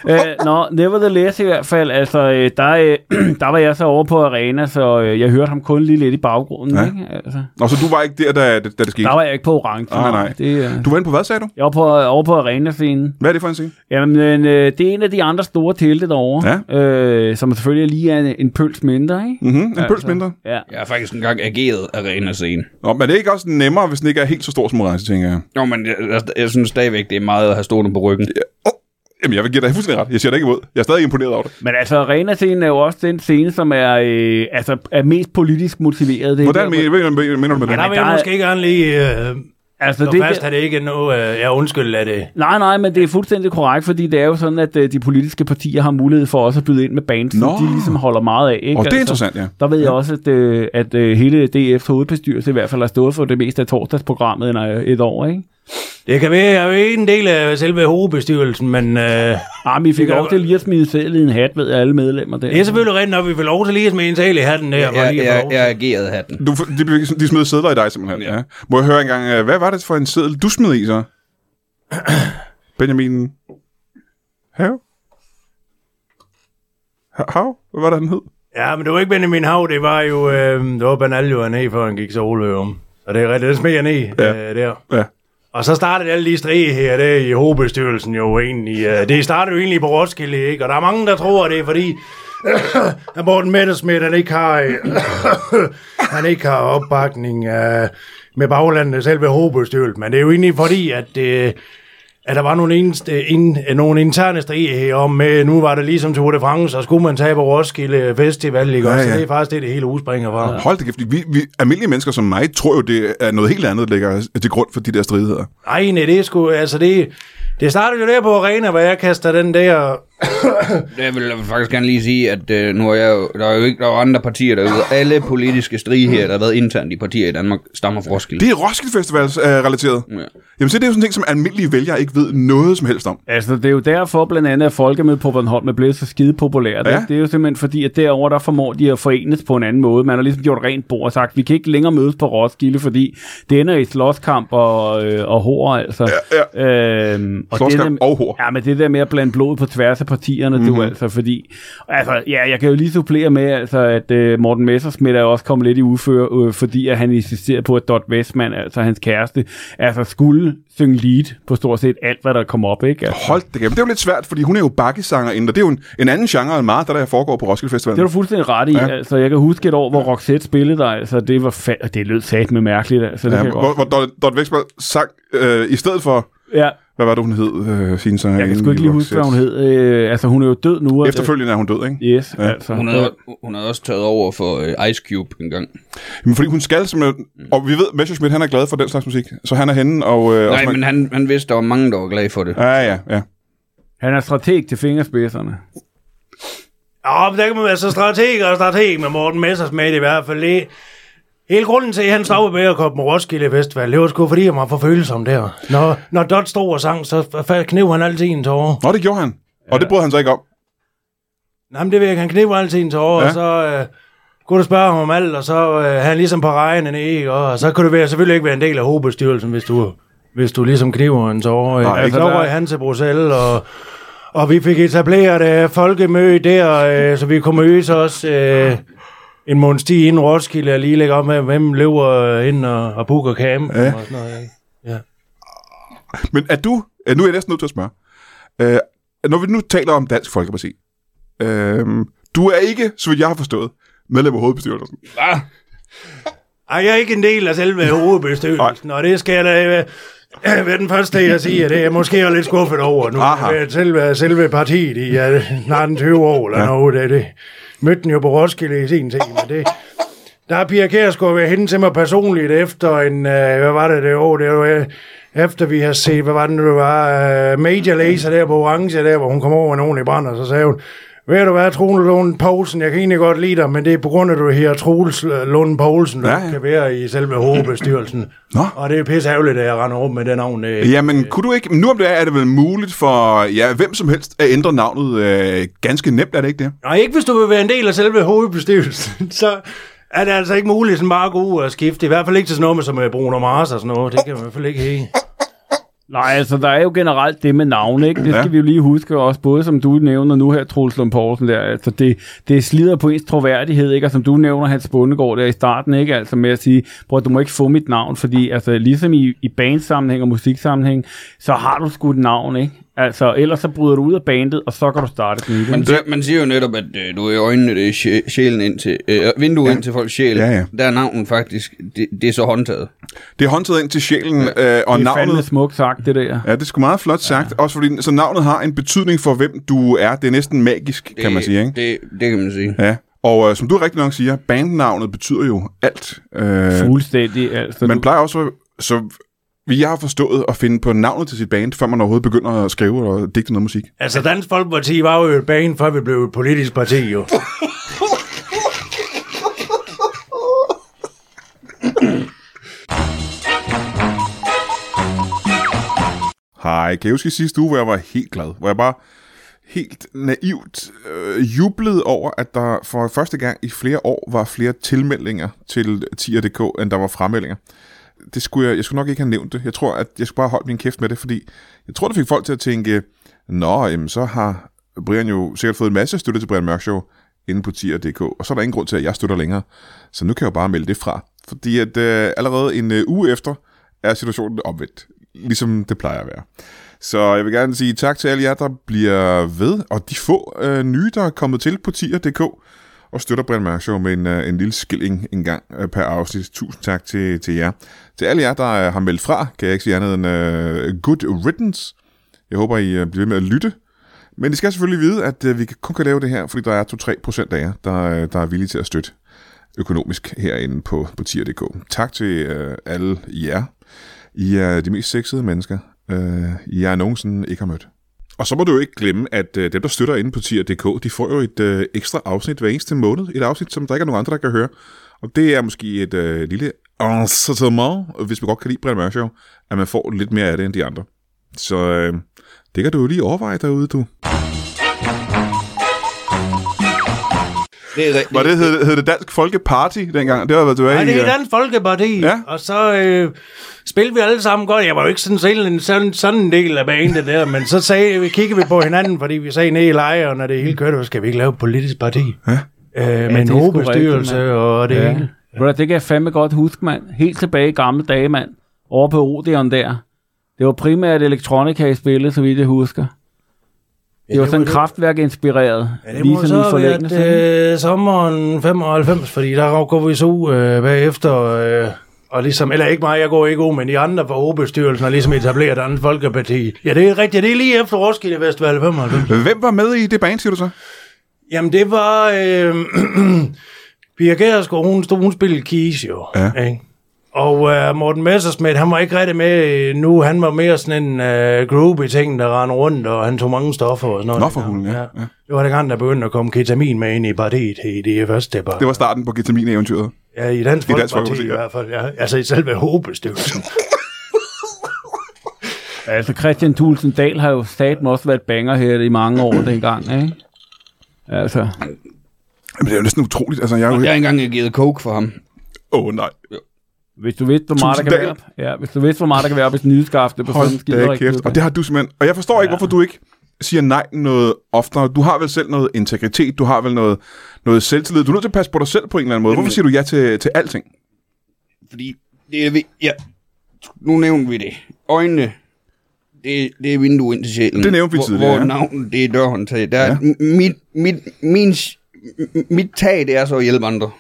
S2: Øh, nå, nevertheless i hvert fald, altså, øh, der, øh, der var jeg så over på arena, så øh, jeg hørte ham kun lige lidt i baggrunden,
S1: Ja.
S2: ja. ikke? Altså,
S1: Nå, så du var ikke der, da, da det skete?
S2: der var jeg ikke på orange.
S1: Nej, nej.
S2: Det, øh,
S1: Du var inde på hvad, sagde du?
S2: jeg var på, over på arenascenen.
S1: Hvad er det for en scene?
S2: Jamen, øh, det er en af de andre store telte derovre, ja. øh, som selvfølgelig lige er en, en pøls mindre, ikke?
S1: Mm-hmm. En
S2: Altså,
S1: pøls mindre.
S2: Ja.
S4: Jeg har faktisk engang ageret arena-scene.
S1: Nå, men er det ikke også nemmere, hvis den ikke er helt så stor som orange, tænker jeg.
S4: Nå, men jeg, jeg, jeg synes stadigvæk, det er meget at have stående på ryggen.
S1: Ja. Oh. Jamen, jeg vil give dig fuldstændig ret. Jeg siger det ikke imod. Jeg er stadig imponeret over det.
S2: Men altså, arena-scenen er jo også den scene, som er, øh, altså, er mest politisk motiveret. Det er
S1: Hvordan
S2: der,
S1: men- men- men- mener du med det?
S3: Men der vil
S2: der er-
S3: jeg måske gerne lige øh,
S2: altså,
S3: slå
S2: det,
S3: fast, at det ikke er noget... Øh, jeg undskyld, at det...
S2: Nej, nej, men det er fuldstændig korrekt, fordi det er jo sådan, at øh, de politiske partier har mulighed for også at byde ind med bands,
S1: Nå.
S2: som de ligesom holder meget af. Ikke?
S1: Og det er interessant, ja.
S2: Der ved jeg også, at, øh, at øh, hele DF's hovedbestyrelse i hvert fald har stået for det meste af torsdagsprogrammet i øh, et år, ikke?
S3: Det kan være, jeg er jo ikke en del af selve hovedbestyrelsen, men øh, det
S2: Ah, men I fik
S3: Det gør-
S2: lov til lige at smide selv i en hat, ved jeg, alle medlemmer der.
S3: er selvfølgelig rent, når vi får lov til lige at smide en sal i hatten der. for
S4: Jeg,
S3: lige at få
S4: jeg,
S3: lov til-
S4: jeg agerede hatten.
S1: Du, de, de smed sædler i dig simpelthen. Ja.
S4: Ja.
S1: ja. Må jeg høre engang, øh, hvad var det for en sædel, du smed i så? Benjamin Hav? Ha- Hav? Hvad var det, han hed?
S3: Ja, men det var ikke Benjamin Hav, det var jo... Øh, det var Banaljo, han ned, før han gik solo om. Så det er rigtigt, det smed jeg ned
S1: Ja.
S3: ja. øh, der.
S1: Ja.
S3: Og så startede alle de strig her der i hovedbestyrelsen jo egentlig. øh, Det startede jo egentlig på Roskilde, ikke? Og der er mange, der tror, det er fordi, at Morten Messerschmidt, han ikke har, øh, han ikke har opbakning øh, med baglandet selv ved hovedbestyrelsen. Men det er jo egentlig fordi, at, øh, at der var nogle, eneste, in, øh, nogle interne strid her om, øh, nu var det ligesom Tour de France, og skulle man tage på Roskilde Festival, ikke? Ja,
S1: Ja,
S3: ja.
S1: ja.
S3: Så det er faktisk det, det hele udspringer fra. Ja.
S1: Hold da kæft, vi, vi, almindelige mennesker som mig tror jo, det er noget helt andet, der ligger til grund for de der stridigheder.
S3: Ej, nej, det er sgu, altså det, det startede jo der på arena, hvor jeg kaster den der
S4: Jeg vil faktisk gerne lige sige, at øh, nu er jeg jo, der er jo ikke der er jo andre partier derude. Alle politiske strige her, der har været internt i partier i Danmark, stammer fra Roskilde.
S1: Det er Roskilde Festival-relateret.
S4: Ja.
S1: Jamen, så det er jo sådan en ting, som almindelige vælgere ikke ved noget som helst om.
S2: Altså, det er jo derfor blandt andet, at folkemødet på Bornholm er blevet så skide populært.
S1: Ja.
S2: Ja. Det er jo simpelthen fordi, at derover der formår de at forenes på en anden måde. Man har ligesom gjort rent bord og sagt, vi kan ikke længere mødes på Roskilde, fordi det ender i slåskamp og, øh, og hår, altså.
S1: Ja,
S2: Øhm, og
S1: Slåskamp
S2: det der,
S1: og hår.
S2: Ja, men det der med at blande blod på tværs af partierne,
S1: Mhm.
S2: mm-hmm. det er jo altså fordi... Altså, ja, jeg kan jo lige supplere med, altså, at øh, Morten Messersmith er jo også kommet lidt i udfør, øh, fordi at han insisterede på, at Dot Westman, altså hans kæreste, altså skulle synge lead på stort set alt, hvad der kom op, ikke? Altså,
S1: Hold da kæft. Det er jo lidt svært, fordi hun er jo bakkesangerinde, og det er jo en, en anden genre end meget, der, der foregår på Roskilde Festival.
S2: Det er du fuldstændig ret i.
S1: Ja.
S2: Ja. Altså, jeg kan huske et år, hvor Roxette spillede der, altså, det var fa- og det lød sat med mærkeligt. Altså, det
S1: Ja,
S2: ja, kan jeg
S1: hvor,
S2: godt.
S1: hvor Dot, Dot Vexberg sang øh, i stedet for,
S2: ja,
S1: hvad var det, hun hed, øh, sin sanger?
S2: jeg kan sgu ikke lige huske, hvad hun hed. Øh, altså, hun er jo død nu. og-
S1: Efterfølgende er hun død, ikke?
S2: Yes,
S1: Ja.
S2: ja. altså.
S4: Hun
S2: Så-
S4: havde, hun havde også taget over for øh, Ice Cube en gang.
S1: Men fordi hun skal simpelthen...
S2: Mm.
S1: Og vi ved, Messerschmidt, han er glad for den slags musik, så han er henne, og... Øh,
S4: Nej,
S1: og
S4: men han, han vidste, der var mange, der var glade for det.
S1: Ja, ja, ja.
S2: Han er strateg til fingerspidserne.
S3: Ja, men der kan man være så strateg og strateg med Morten Messersmith i hvert fald. Det, hele grunden til, at han stoppede med at komme på Roskilde Festival, det var sgu fordi, han var for følsom der. Når, når Dot stod og sang, så f- knev han altid en tårer.
S1: Nå, det gjorde han. Og det brød han så ikke om.
S3: Nej, men det ved jeg, ikke. han knev altid en
S1: Ja.
S3: tårer, ja. og så... Øh, kunne du spørge ham om alt, og så øh, han ligesom på regnen, ikke? Og så kunne du være, selvfølgelig ikke være en del af hovedbestyrelsen, hvis du, hvis du ligesom kniver en tårer.
S1: Nej,
S3: Nej, altså,
S1: ikke.
S3: der røg han til Bruxelles, og, og vi fik etableret øh, folkemøde der, øh, så vi kunne mødes også øh, en måneds tid inden Roskilde, og lige lægge op med, hvem løber øh, ind og, og booker camp.
S1: Ja.
S3: Ja. Og sådan noget, ikke?
S1: Men er du... Øh, nu er jeg næsten nødt til at spørge. Øh, når vi nu taler om Dansk Folkeparti, øh, du er ikke, så vidt jeg har forstået, medlem af hovedbestyrelsen.
S4: Ah,
S3: Ej, jeg er ikke en del af selve hovedbestyrelsen, og det skal jeg da øh, være den første til at sige, at det er jeg måske er lidt skuffet over nu.
S1: Aha.
S3: Ved at Selve, selve partiet i ja, snart en 20 år eller ja. noget, det, er det mødte den jo på Roskilde i sin tid, men det, der er Pia Kjærsgaard ved hende til mig personligt efter en, øh, hvad var det det år, det var, øh, efter vi har set, hvad var det nu, det var, uh, Major Laser der på orange, der hvor hun kom over en ordentlig brand, og så sagde hun, ved du hvad, Troels Lund Poulsen, jeg kan egentlig godt lide dig, men det er på grund af, at du her Troels Lund Poulsen, du
S1: Ja,
S3: ja,
S1: ja.
S3: ja. kan være i selve hovedbestyrelsen.
S1: Nå.
S3: Og det er pisse ærgerligt, at jeg render rundt med den navn. Øh.
S1: Jamen, kunne du ikke... Nu om det er, er det vel muligt for ja, hvem som helst at ændre navnet øh, ganske nemt, er det ikke det?
S3: Nej, ikke hvis du vil være en del af selve hovedbestyrelsen, så er det altså ikke muligt sådan bare at gå ud og skifte. I hvert fald ikke til sådan noget med, som øh, Bruno Mars og sådan noget. Det kan man i hvert fald ikke hele.
S2: Nej, altså der er jo generelt det med navne, ikke? Det
S1: Ja.
S2: skal vi jo lige huske også, både som du nævner nu her, Troels Lund Poulsen der, altså det, det slider på ens troværdighed, ikke? Og som du nævner, Hans Bundegård der i starten, ikke? Altså med at sige, bror, du må ikke få mit navn, fordi altså ligesom i, i bandsammenhæng og musiksammenhæng, så har du sgu et navn, ikke? Altså, ellers så bryder du ud af bandet, og så kan du starte et nyt.
S4: Man,
S2: ikke?
S4: siger, man siger jo netop, at øh, du er i øjnene, det er sj- sjælen ind til, øh, vinduet ja. ind til folks sjæl.
S1: Ja, ja.
S4: Der er navnen faktisk, det, det er så håndtaget.
S1: Det er håndtaget ind til sjælen øh, og
S2: Det er fandme
S1: navnet...
S2: smukt sagt, det der.
S1: Ja, det er sgu meget flot sagt. Ja. Også fordi, så navnet har en betydning for, hvem du er. Det er næsten magisk, det,
S4: Det,
S1: kan man sige, ikke?
S4: Det, det kan man sige.
S1: Ja, og øh, som du rigtig nok siger, bandnavnet betyder jo alt. Øh,
S2: Fuldstændig, altså.
S1: man
S2: du-
S1: plejer også, så vi har forstået at finde på navnet til sit band, før man overhovedet begynder at skrive og digte noget musik.
S3: Altså, Dansk Folkeparti var jo et bane, før vi blev et politisk parti, jo.
S1: Hej, kan jeg huske i sidste uge, hvor jeg var helt glad, hvor jeg bare helt naivt øh, jublede over, at der for første gang i flere år var flere tilmeldinger til tier.dk, end der var fremmeldinger. Det skulle jeg, jeg skulle nok ikke have nævnt det. Jeg tror, at jeg skulle bare holde min kæft med det, fordi jeg tror, det fik folk til at tænke, nå, jamen, så har Brian jo sikkert fået en masse støtte til Brian Mørk Show inde på tier.dk, og så er der ingen grund til, at jeg støtter længere. Så nu kan jeg jo bare melde det fra. Fordi at øh, allerede en øh, uge efter er situationen omvendt, ligesom det plejer at være. Så jeg vil gerne sige tak til alle jer, der bliver ved, og de få øh, nye, der er kommet til på tier.dk og støtter Brian Mørk Show med en, øh, en lille skilling en gang øh, per afsnit. Tusind tak til, til jer. Til alle jer, der øh, har meldt fra, kan jeg ikke sige andet end øh, good riddance. Jeg håber, I øh, bliver ved med at lytte. Men I skal selvfølgelig vide, at øh, vi kan- kun kan lave det her, fordi der er 2-3 procent af jer, der, øh, der er villige til at støtte økonomisk herinde på, på tier.dk. Tak til øh, alle jer. I er de mest sexede mennesker, øh, jeg nogensinde ikke har mødt. Og så må du jo ikke glemme, at øh, dem, der støtter inde på tier.dk, de får jo et øh, ekstra afsnit hver eneste måned. Et afsnit, som der ikke er nogen andre, der kan høre. Og det er måske et øh, lille enseignement, hvis man godt kan lide Brian Mørk Show, at man får lidt mere af det end de andre. Så øh, det kan du jo lige overveje derude, du.
S4: Det er, ri-
S1: Var det, hed, hed det Dansk Folkeparty dengang? Det var været tilbage
S3: Nej, det
S1: i...
S3: er
S1: øh,
S3: Dansk Folkeparti.
S1: Ja.
S3: Og så øh, spillede vi alle sammen godt. Jeg var jo ikke sådan selv en sådan, sådan en del af banen der, men så sagde, vi, kiggede vi på hinanden, fordi vi sagde ned i leje, og når det hele kørte, så skal vi ikke lave et politisk parti.
S1: Ja.
S3: Øh,
S2: det er
S3: med en
S2: sgu rigtigt,
S3: hovedbestyrelse og det
S2: Ja.
S3: hele.
S2: Ved du, det kan jeg fandme godt huske, mand. Helt tilbage i gamle dage, mand. Over på Odeon der. Det var primært elektronika i spillet, så vidt jeg husker. Det var sådan kraftværk-inspireret. Ligesom
S3: Ja, det må så have været øh, sommeren 95, fordi der går vi så ud øh, bagefter, øh, og ligesom, eller ikke mig, jeg går ikke ud, men de andre fra hovedbestyrelsen har ligesom etableret andet folkeparti. Ja, det er rigtigt, det er lige efter Roskilde Festival 95.
S1: Hvem var med i det band, siger du så?
S3: Jamen, det var... Øh, Pia Gerskov, hun, stod, hun spillede keys jo.
S1: Ja.
S3: Ikke? Og øh, Morten Messersmith, han var ikke rigtig med øh, nu. Han var mere sådan en øh, groovy ting, der rendte rundt, og han tog mange stoffer og sådan noget.
S1: Nå, for
S3: dengang.
S1: hulen, ja. Ja.
S3: Det var dengang, der begyndte at komme ketamin med ind i partiet i det første par.
S1: Det var starten på Getamin-eventyret.
S3: ja, i Dansk
S1: i Dansk
S3: Folkeparti
S1: Folkeparti,
S3: i,
S1: ja.
S3: hvert fald. Ja. Altså i selve hovedbestyrelsen.
S2: Altså, Christian Thulsen Dahl har jo sat mig også været banger her i mange år dengang, ikke? Altså,
S1: Jamen, det er jo næsten utroligt. Altså, jeg er jo...
S4: Jeg
S1: Åh,
S4: har ikke engang givet coke for ham.
S1: oh, nej.
S2: hvis du vidste, hvor meget der
S1: Thulsen
S2: kan være
S1: Dahl.
S2: op, ja, hvis du vidste, hvor meget der kan være op i snydeskafte på sådan en
S1: Hold da
S2: skiderik.
S1: kæft. Og det har du simpelthen... Og jeg forstår ja. ikke, hvorfor du ikke siger nej noget oftere. Du har vel selv noget integritet, du har vel noget, noget selvtillid. Du er nødt til at passe på dig selv på en eller anden måde. Hvorfor siger du ja til, til alting?
S4: Fordi det er... vi- Ja, nu nævnte vi det. Øjnene, det, det er vinduet ind til sjælen.
S1: Det nævnte vi
S4: hvor,
S1: tidligere,
S4: Hvor
S1: ja.
S4: navnet, det er dørhåndtaget. Der,
S1: Ja.
S4: ja. mit, mit, min, s- m- mit tag, det er så at hjælpe andre.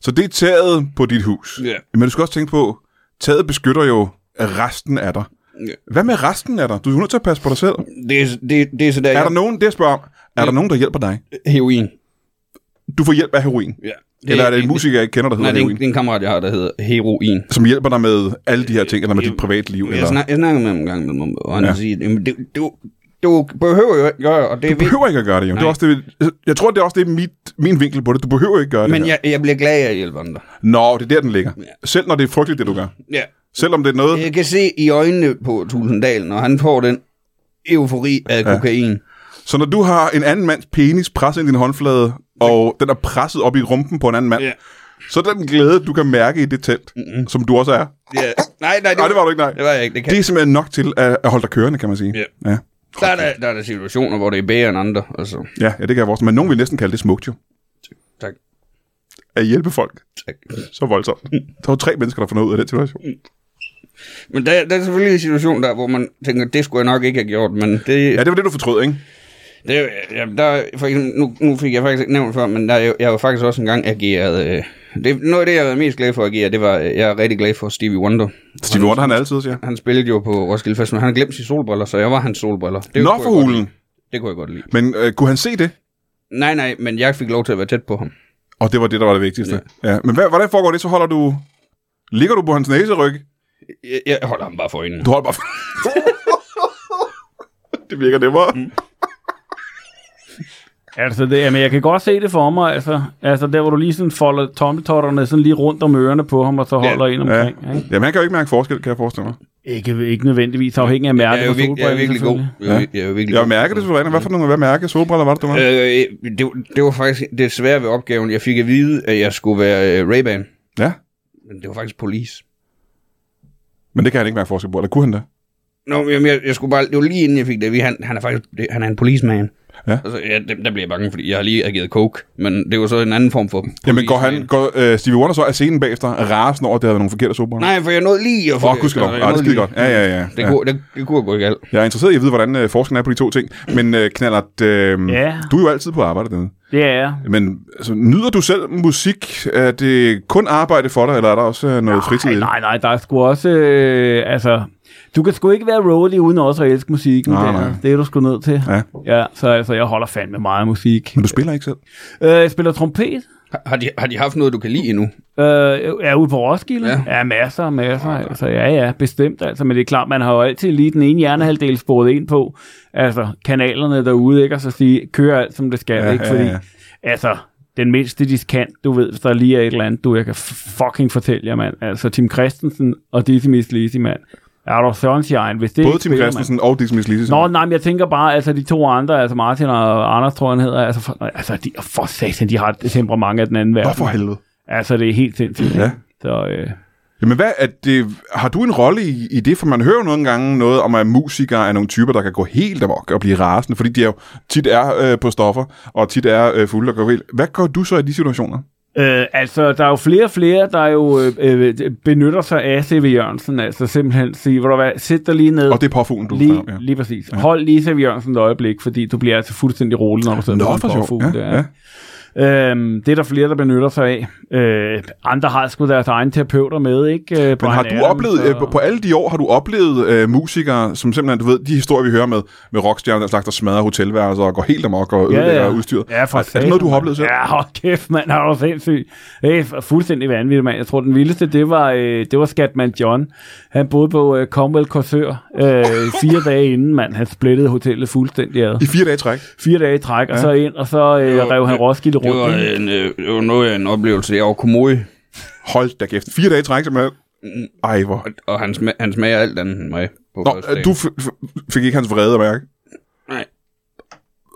S1: Så det er taget på dit hus.
S4: Ja.
S1: Men du skal også tænke på, taget beskytter jo resten af dig.
S4: Ja.
S1: Hvad med resten af dig? Du er jo nødt til at passe på dig selv.
S4: Det, er- det, det er så der,
S1: Er
S4: jeg,
S1: der nogen, det jeg spørger om, er der nogen, der hjælper dig?
S4: heroin.
S1: Du får hjælp af heroin.
S4: Ja.
S1: Det, eller er det en musiker, jeg ikke kender, der hedder
S4: Nej, det er en,
S1: heroin?
S4: det er en kammerat, jeg har, der hedder Heroin.
S1: Som hjælper dig med alle de her ting, eller med dit privatliv?
S4: Jeg,
S1: Eller?
S4: snak, jeg snakker med ham en gang med mig, og han
S1: Ja.
S4: ja. siger, "Jamen, det, du, du behøver jo ikke gøre, og det
S1: Du
S4: er vigtigt.
S1: behøver ikke at gøre det, jo. Det er
S4: Nej.
S1: også det, jeg tror, det er også det er mit, min vinkel på det. Du behøver ikke gøre det
S4: Men
S1: her.
S4: jeg, jeg bliver glad af at hjælpe andre.
S1: Nå, det er der, den ligger. Selv når det er frygteligt, det du gør.
S4: Ja.
S1: Selvom det er noget...
S4: Jeg kan se i øjnene på Tulsendal, når han får den eufori af kokain.
S1: Så når du har en anden mands penis presset ind i din håndflade, og den er presset op i rumpen på en anden mand,
S4: Ja.
S1: så er den glæde, du kan mærke i det telt, mm-hmm. som du også er,
S4: Ja. Nej, nej,
S1: Nej, det var du ikke, nej.
S4: Det var jeg ikke. Det kan.
S1: det er simpelthen nok til at at holde dig kørende, kan man sige.
S4: Ja.
S1: Ja.
S4: Der, er der, der er der situationer, hvor det er bedre end andre. Altså,
S1: Ja, ja, det kan jeg vores. Men nogen vil næsten kalde det smukt jo.
S4: tak.
S1: At hjælpe folk
S4: tak.
S1: så voldsomt.
S4: Mm.
S1: Der var tre mennesker, der får noget ud af den situation.
S4: Men der, der er selvfølgelig en situation der, hvor man tænker, det skulle jeg nok ikke have gjort, men det...
S1: Ja, det var det, du fortrød, ikke?
S4: Det, er jo- ja, der, er for eksempel, nu, nu fik jeg faktisk ikke nævnt før, men der, er jo- jeg har jo faktisk også engang ageret... Øh, det, noget af det, jeg har været mest glad for at agere, det var, øh, jeg er rigtig glad for Stevie Wonder.
S1: Steve Wonder, han er altid, siger.
S4: Han spillede jo på Roskilde Festival, han har glemt sine solbriller, så jeg var hans solbriller. Det
S1: Nå
S4: kunne jeg
S1: for
S4: godt
S1: hulen.
S4: lide. Det kunne jeg godt lide.
S1: Men øh, kunne han se det?
S4: Nej, nej, men jeg fik lov til at være tæt på ham.
S1: Og det var det, der var det vigtigste. Ja. ja. Men hvad, hvordan foregår det? Så holder du... Ligger du på hans næseryg?
S4: Jeg, jeg holder ham bare for øjnene.
S1: Du holder bare... det virker nemmere. Mm.
S2: Altså, det, jamen, jeg kan godt se det for mig, altså. Altså, der hvor du lige sådan folder tommeltotterne sådan lige rundt om ørerne på ham, og så holder ja. en
S1: Ja.
S2: omkring. Ja.
S1: Jamen, han kan jo ikke mærke forskel, kan jeg forestille mig.
S2: Ikke, ikke nødvendigvis afhængig af
S4: Jeg
S2: mærket
S4: er jo,
S2: på
S4: vir- jeg er
S2: solbrillen,
S4: virkelig god.
S2: selvfølgelig.
S4: Jeg er, vi- jeg er jo virkelig
S1: Jeg
S4: god.
S1: mærker det, Susanne. Hvad for nogle hvad mærke solbriller var det, du var?
S4: Øh, det, var- det var faktisk det svære ved opgaven. Jeg fik at vide, at jeg skulle være øh, Ray-Ban,
S1: Ja,
S4: men det var faktisk police.
S1: men det kan han ikke mærke forskel på. Eller kunne han det?
S4: Nå, men jeg, jeg skulle bare, det var lige inden jeg fik det. at vide. Han, han er faktisk det, han er en policeman.
S1: Ja.
S4: Altså, ja, det, der blev jeg bange, fordi jeg har lige ageret coke, men det var så en anden form for
S1: Jamen, går, han,
S4: policeman.
S1: går øh, Stevie Wonder så af scenen bagefter rasende over, at det havde været nogle forkerte solbriller?
S4: Nej, for jeg nåede lige at få
S1: Åh, gudskelov.
S4: Altså,
S1: Ja,
S4: jeg
S1: det er
S4: nåede
S1: skide
S4: lige.
S1: godt. Ja, ja, ja.
S4: Det,
S1: ja.
S4: kunne, det, det kunne gå galt.
S1: Jeg er interesseret i at vide, hvordan øh, forskellen er på de to ting. Men øh, Knallert, øh,
S2: Ja.
S1: du er jo altid på arbejde dernede.
S2: Det er jeg.
S1: Men altså, nyder du selv musik? Er det kun arbejde for dig, eller er der også øh, noget fritid i
S2: Nej,
S1: det?
S2: nej, nej, der er sgu også, øh, altså, du kan sgu ikke være roadie uden også at elske musikken.
S1: Nej,
S2: det, er,
S1: nej.
S2: det er du sgu nødt til.
S1: Ja.
S2: ja så altså, jeg holder fandme meget af musik.
S1: Men du spiller ikke selv?
S2: Øh, jeg spiller trompet.
S4: Har- Har de, har de haft noget, du kan lide endnu?
S2: Øh, er ude på Roskilde.
S4: Ja.
S2: Ja, ja masser og masser. Altså, ja, ja, bestemt. Altså, men det er klart, man har jo altid lige den ene hjernehalvdel sporet ind på. Altså, kanalerne derude, ikke? Og så sige, kører alt, som det skal,
S1: Ja,
S2: ikke?
S1: ja,
S2: Fordi,
S1: ja.
S2: altså, den mindste diskant, du ved, hvis der lige er et eller andet, du, jeg kan fucking fortælle jer, mand. Altså, Tim Christensen og Dizzy Miss Lizzy, mand. Er du sunshine, hvis det
S1: Både
S2: ikke
S1: Tim
S2: spiller, mand.
S1: Christensen og Dixon Miss Lise.
S2: Nå, nej, men jeg tænker bare, altså de to andre, altså Martin og Anders, tror jeg, han hedder, altså, for, altså de, for satan, de har et temperament af den anden verden.
S1: Nå, for helvede.
S2: Altså, det er helt sindssygt.
S1: Ja.
S2: Ja. Så, øh,
S1: Jamen, hvad er det, har du en rolle i, i det? For man hører jo nogle gange noget om, at musikere er nogle typer, der kan gå helt amok og blive rasende, fordi de er jo tit er øh, på stoffer, og tit er øh, fulde og går helt. Hvad gør du så i de situationer?
S2: øh, altså, der er jo flere og flere, der jo øh, øh, benytter sig af C.V. Jørgensen, altså simpelthen sige, hvor du hvad, sæt dig lige ned.
S1: Og det er påfuglen, du
S2: lige,
S1: ja.
S2: lige præcis. Ja. Hold lige C.V. Jørgensen et øjeblik, fordi du bliver altså fuldstændig rolig, når du sidder
S1: Nå,
S2: med
S1: for
S2: en
S1: sjov.
S2: påfugl.
S1: Ja,
S2: det er.
S1: ja.
S2: Øhm, det er der flere, der benytter sig af. Øh, andre har sgu deres egne terapeuter med, ikke? Øh,
S1: Men
S2: Bryan
S1: har du
S2: Adams
S1: oplevet, øh, på- på alle de år, har du oplevet øh, musikere, som simpelthen, du ved, de historier, vi hører med, med rockstjerner, der slags, der smadrer hotelværelser og går helt amok og ødelægger ja, ja. udstyret.
S2: Ja, for
S1: er, er det noget, du har oplevet selv?
S2: Ja, hold kæft, mand. Har du sindssygt. Det er fuldstændig vanvittigt, mand. Jeg tror, den vildeste, det var, øh, det var Skatman John. Han boede på øh, Comwell Korsør øh, fire dage inden, mand. Han splittede hotellet fuldstændig ad.
S1: I fire dage i træk.
S2: Fire dage i træk, og så ind, og så øh, rev han Roskilde
S4: Det var,
S2: rundt. Ah, ikke?
S4: en, øh, det var noget af en oplevelse. Jeg var komode,
S1: Hold da kæft. Fire dage i træk, simpelthen. Ej, hvor...
S4: Mm. og han, sma- han smager alt andet end mig. På
S1: Nå,
S4: første
S1: øh,
S4: dagen.
S1: du f- f- fik ikke hans vrede at mærke.
S4: Nej.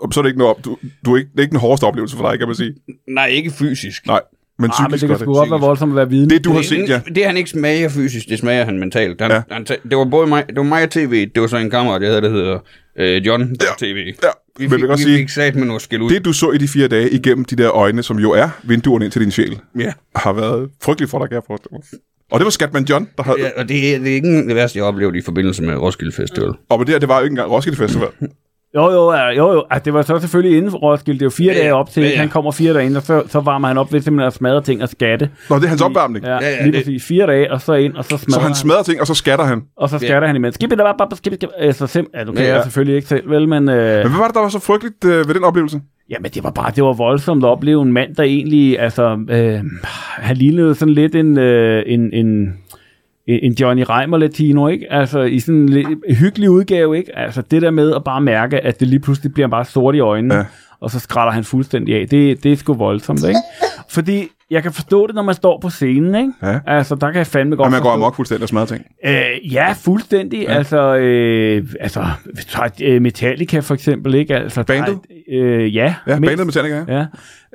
S1: Og så er det ikke noget op. Du, du er ikke, det er ikke den hårdeste oplevelse for dig, kan man sige.
S4: Nej, ikke fysisk.
S1: Nej, men
S2: Ah, men
S1: psykisk
S2: det kan
S1: ah,
S2: sgu godt være voldsomt at være vidne.
S1: Det, du har set,
S4: det,
S1: ja.
S4: det, han ikke smager fysisk, det smager han mentalt. Han,
S1: Ja.
S4: ja. han, ta- det var både mig, det var mig og TV, det var så en kammerat, jeg havde, der hedder øh, John ja.
S1: Ja,
S4: TV. Vi
S1: men jeg kan
S4: fik,
S1: godt
S4: vi
S1: sige-
S4: fik sat med noget skæld ud.
S1: Det, du så i de fire dage igennem de der øjne, som jo er vinduerne ind til din sjæl,
S4: ja.
S1: har været frygteligt for dig, kan jeg forestille mig. Og det var Skatman John, der havde...
S4: ja,
S1: Ja.
S4: og det, er- det er ikke det værste, jeg oplevede i forbindelse med Roskilde Festival.
S1: Og med det her, det var jo ikke engang Roskilde Festival.
S2: Jo, jo, ja, jo, jo. Altså, det var så selvfølgelig inden for Roskilde. Det var fire
S4: Ja, ja.
S2: dage op til.
S4: Ja, ja.
S2: Han kommer fire dage ind, og så, så varmer han op ved simpelthen at smadre ting og skatte.
S1: Nå, det er hans opvarmning.
S2: Ja,
S4: ja,
S2: ja, lige
S4: det-
S2: præcis. Fire dage, og så ind, og så smadrer
S1: Så han smadrer ting, og så skatter han.
S2: Og så skatter ja. han imens. Skip it, up, up, skip it, skip it. Altså, sim, ja, du kan
S4: Ja,
S2: ja,
S4: ja.
S2: ja. selvfølgelig ikke selv, vel, men... Øh,
S1: Men hvad var det, der var så frygteligt øh, ved den oplevelse?
S2: Jamen, det var bare, det var voldsomt at opleve en mand, der egentlig, altså, øh, han lignede sådan lidt en, øh, en, en, en Johnny Reimer latino, ikke? Altså, i sådan en lidt hyggelig udgave, ikke? Altså, det der med at bare mærke, at det lige pludselig bliver bare sort i øjnene,
S1: Ja.
S2: ja. og så skræller han fuldstændig af. Det, det er sgu voldsomt, ikke? Fordi jeg kan forstå det, når man står på scenen, ikke?
S1: Ja.
S2: Altså, der kan jeg fandme godt
S1: Og man går
S2: forstå-
S1: amok fuldstændig og smadrer ting.
S2: Øh, ja, fuldstændig. Ja. Altså, øh, altså vi tager, øh, Metallica for eksempel, ikke? Altså, der er-
S1: Bandet?
S2: Øh, ja.
S1: Ja,
S2: mindst.
S1: bandet Metallica, ja.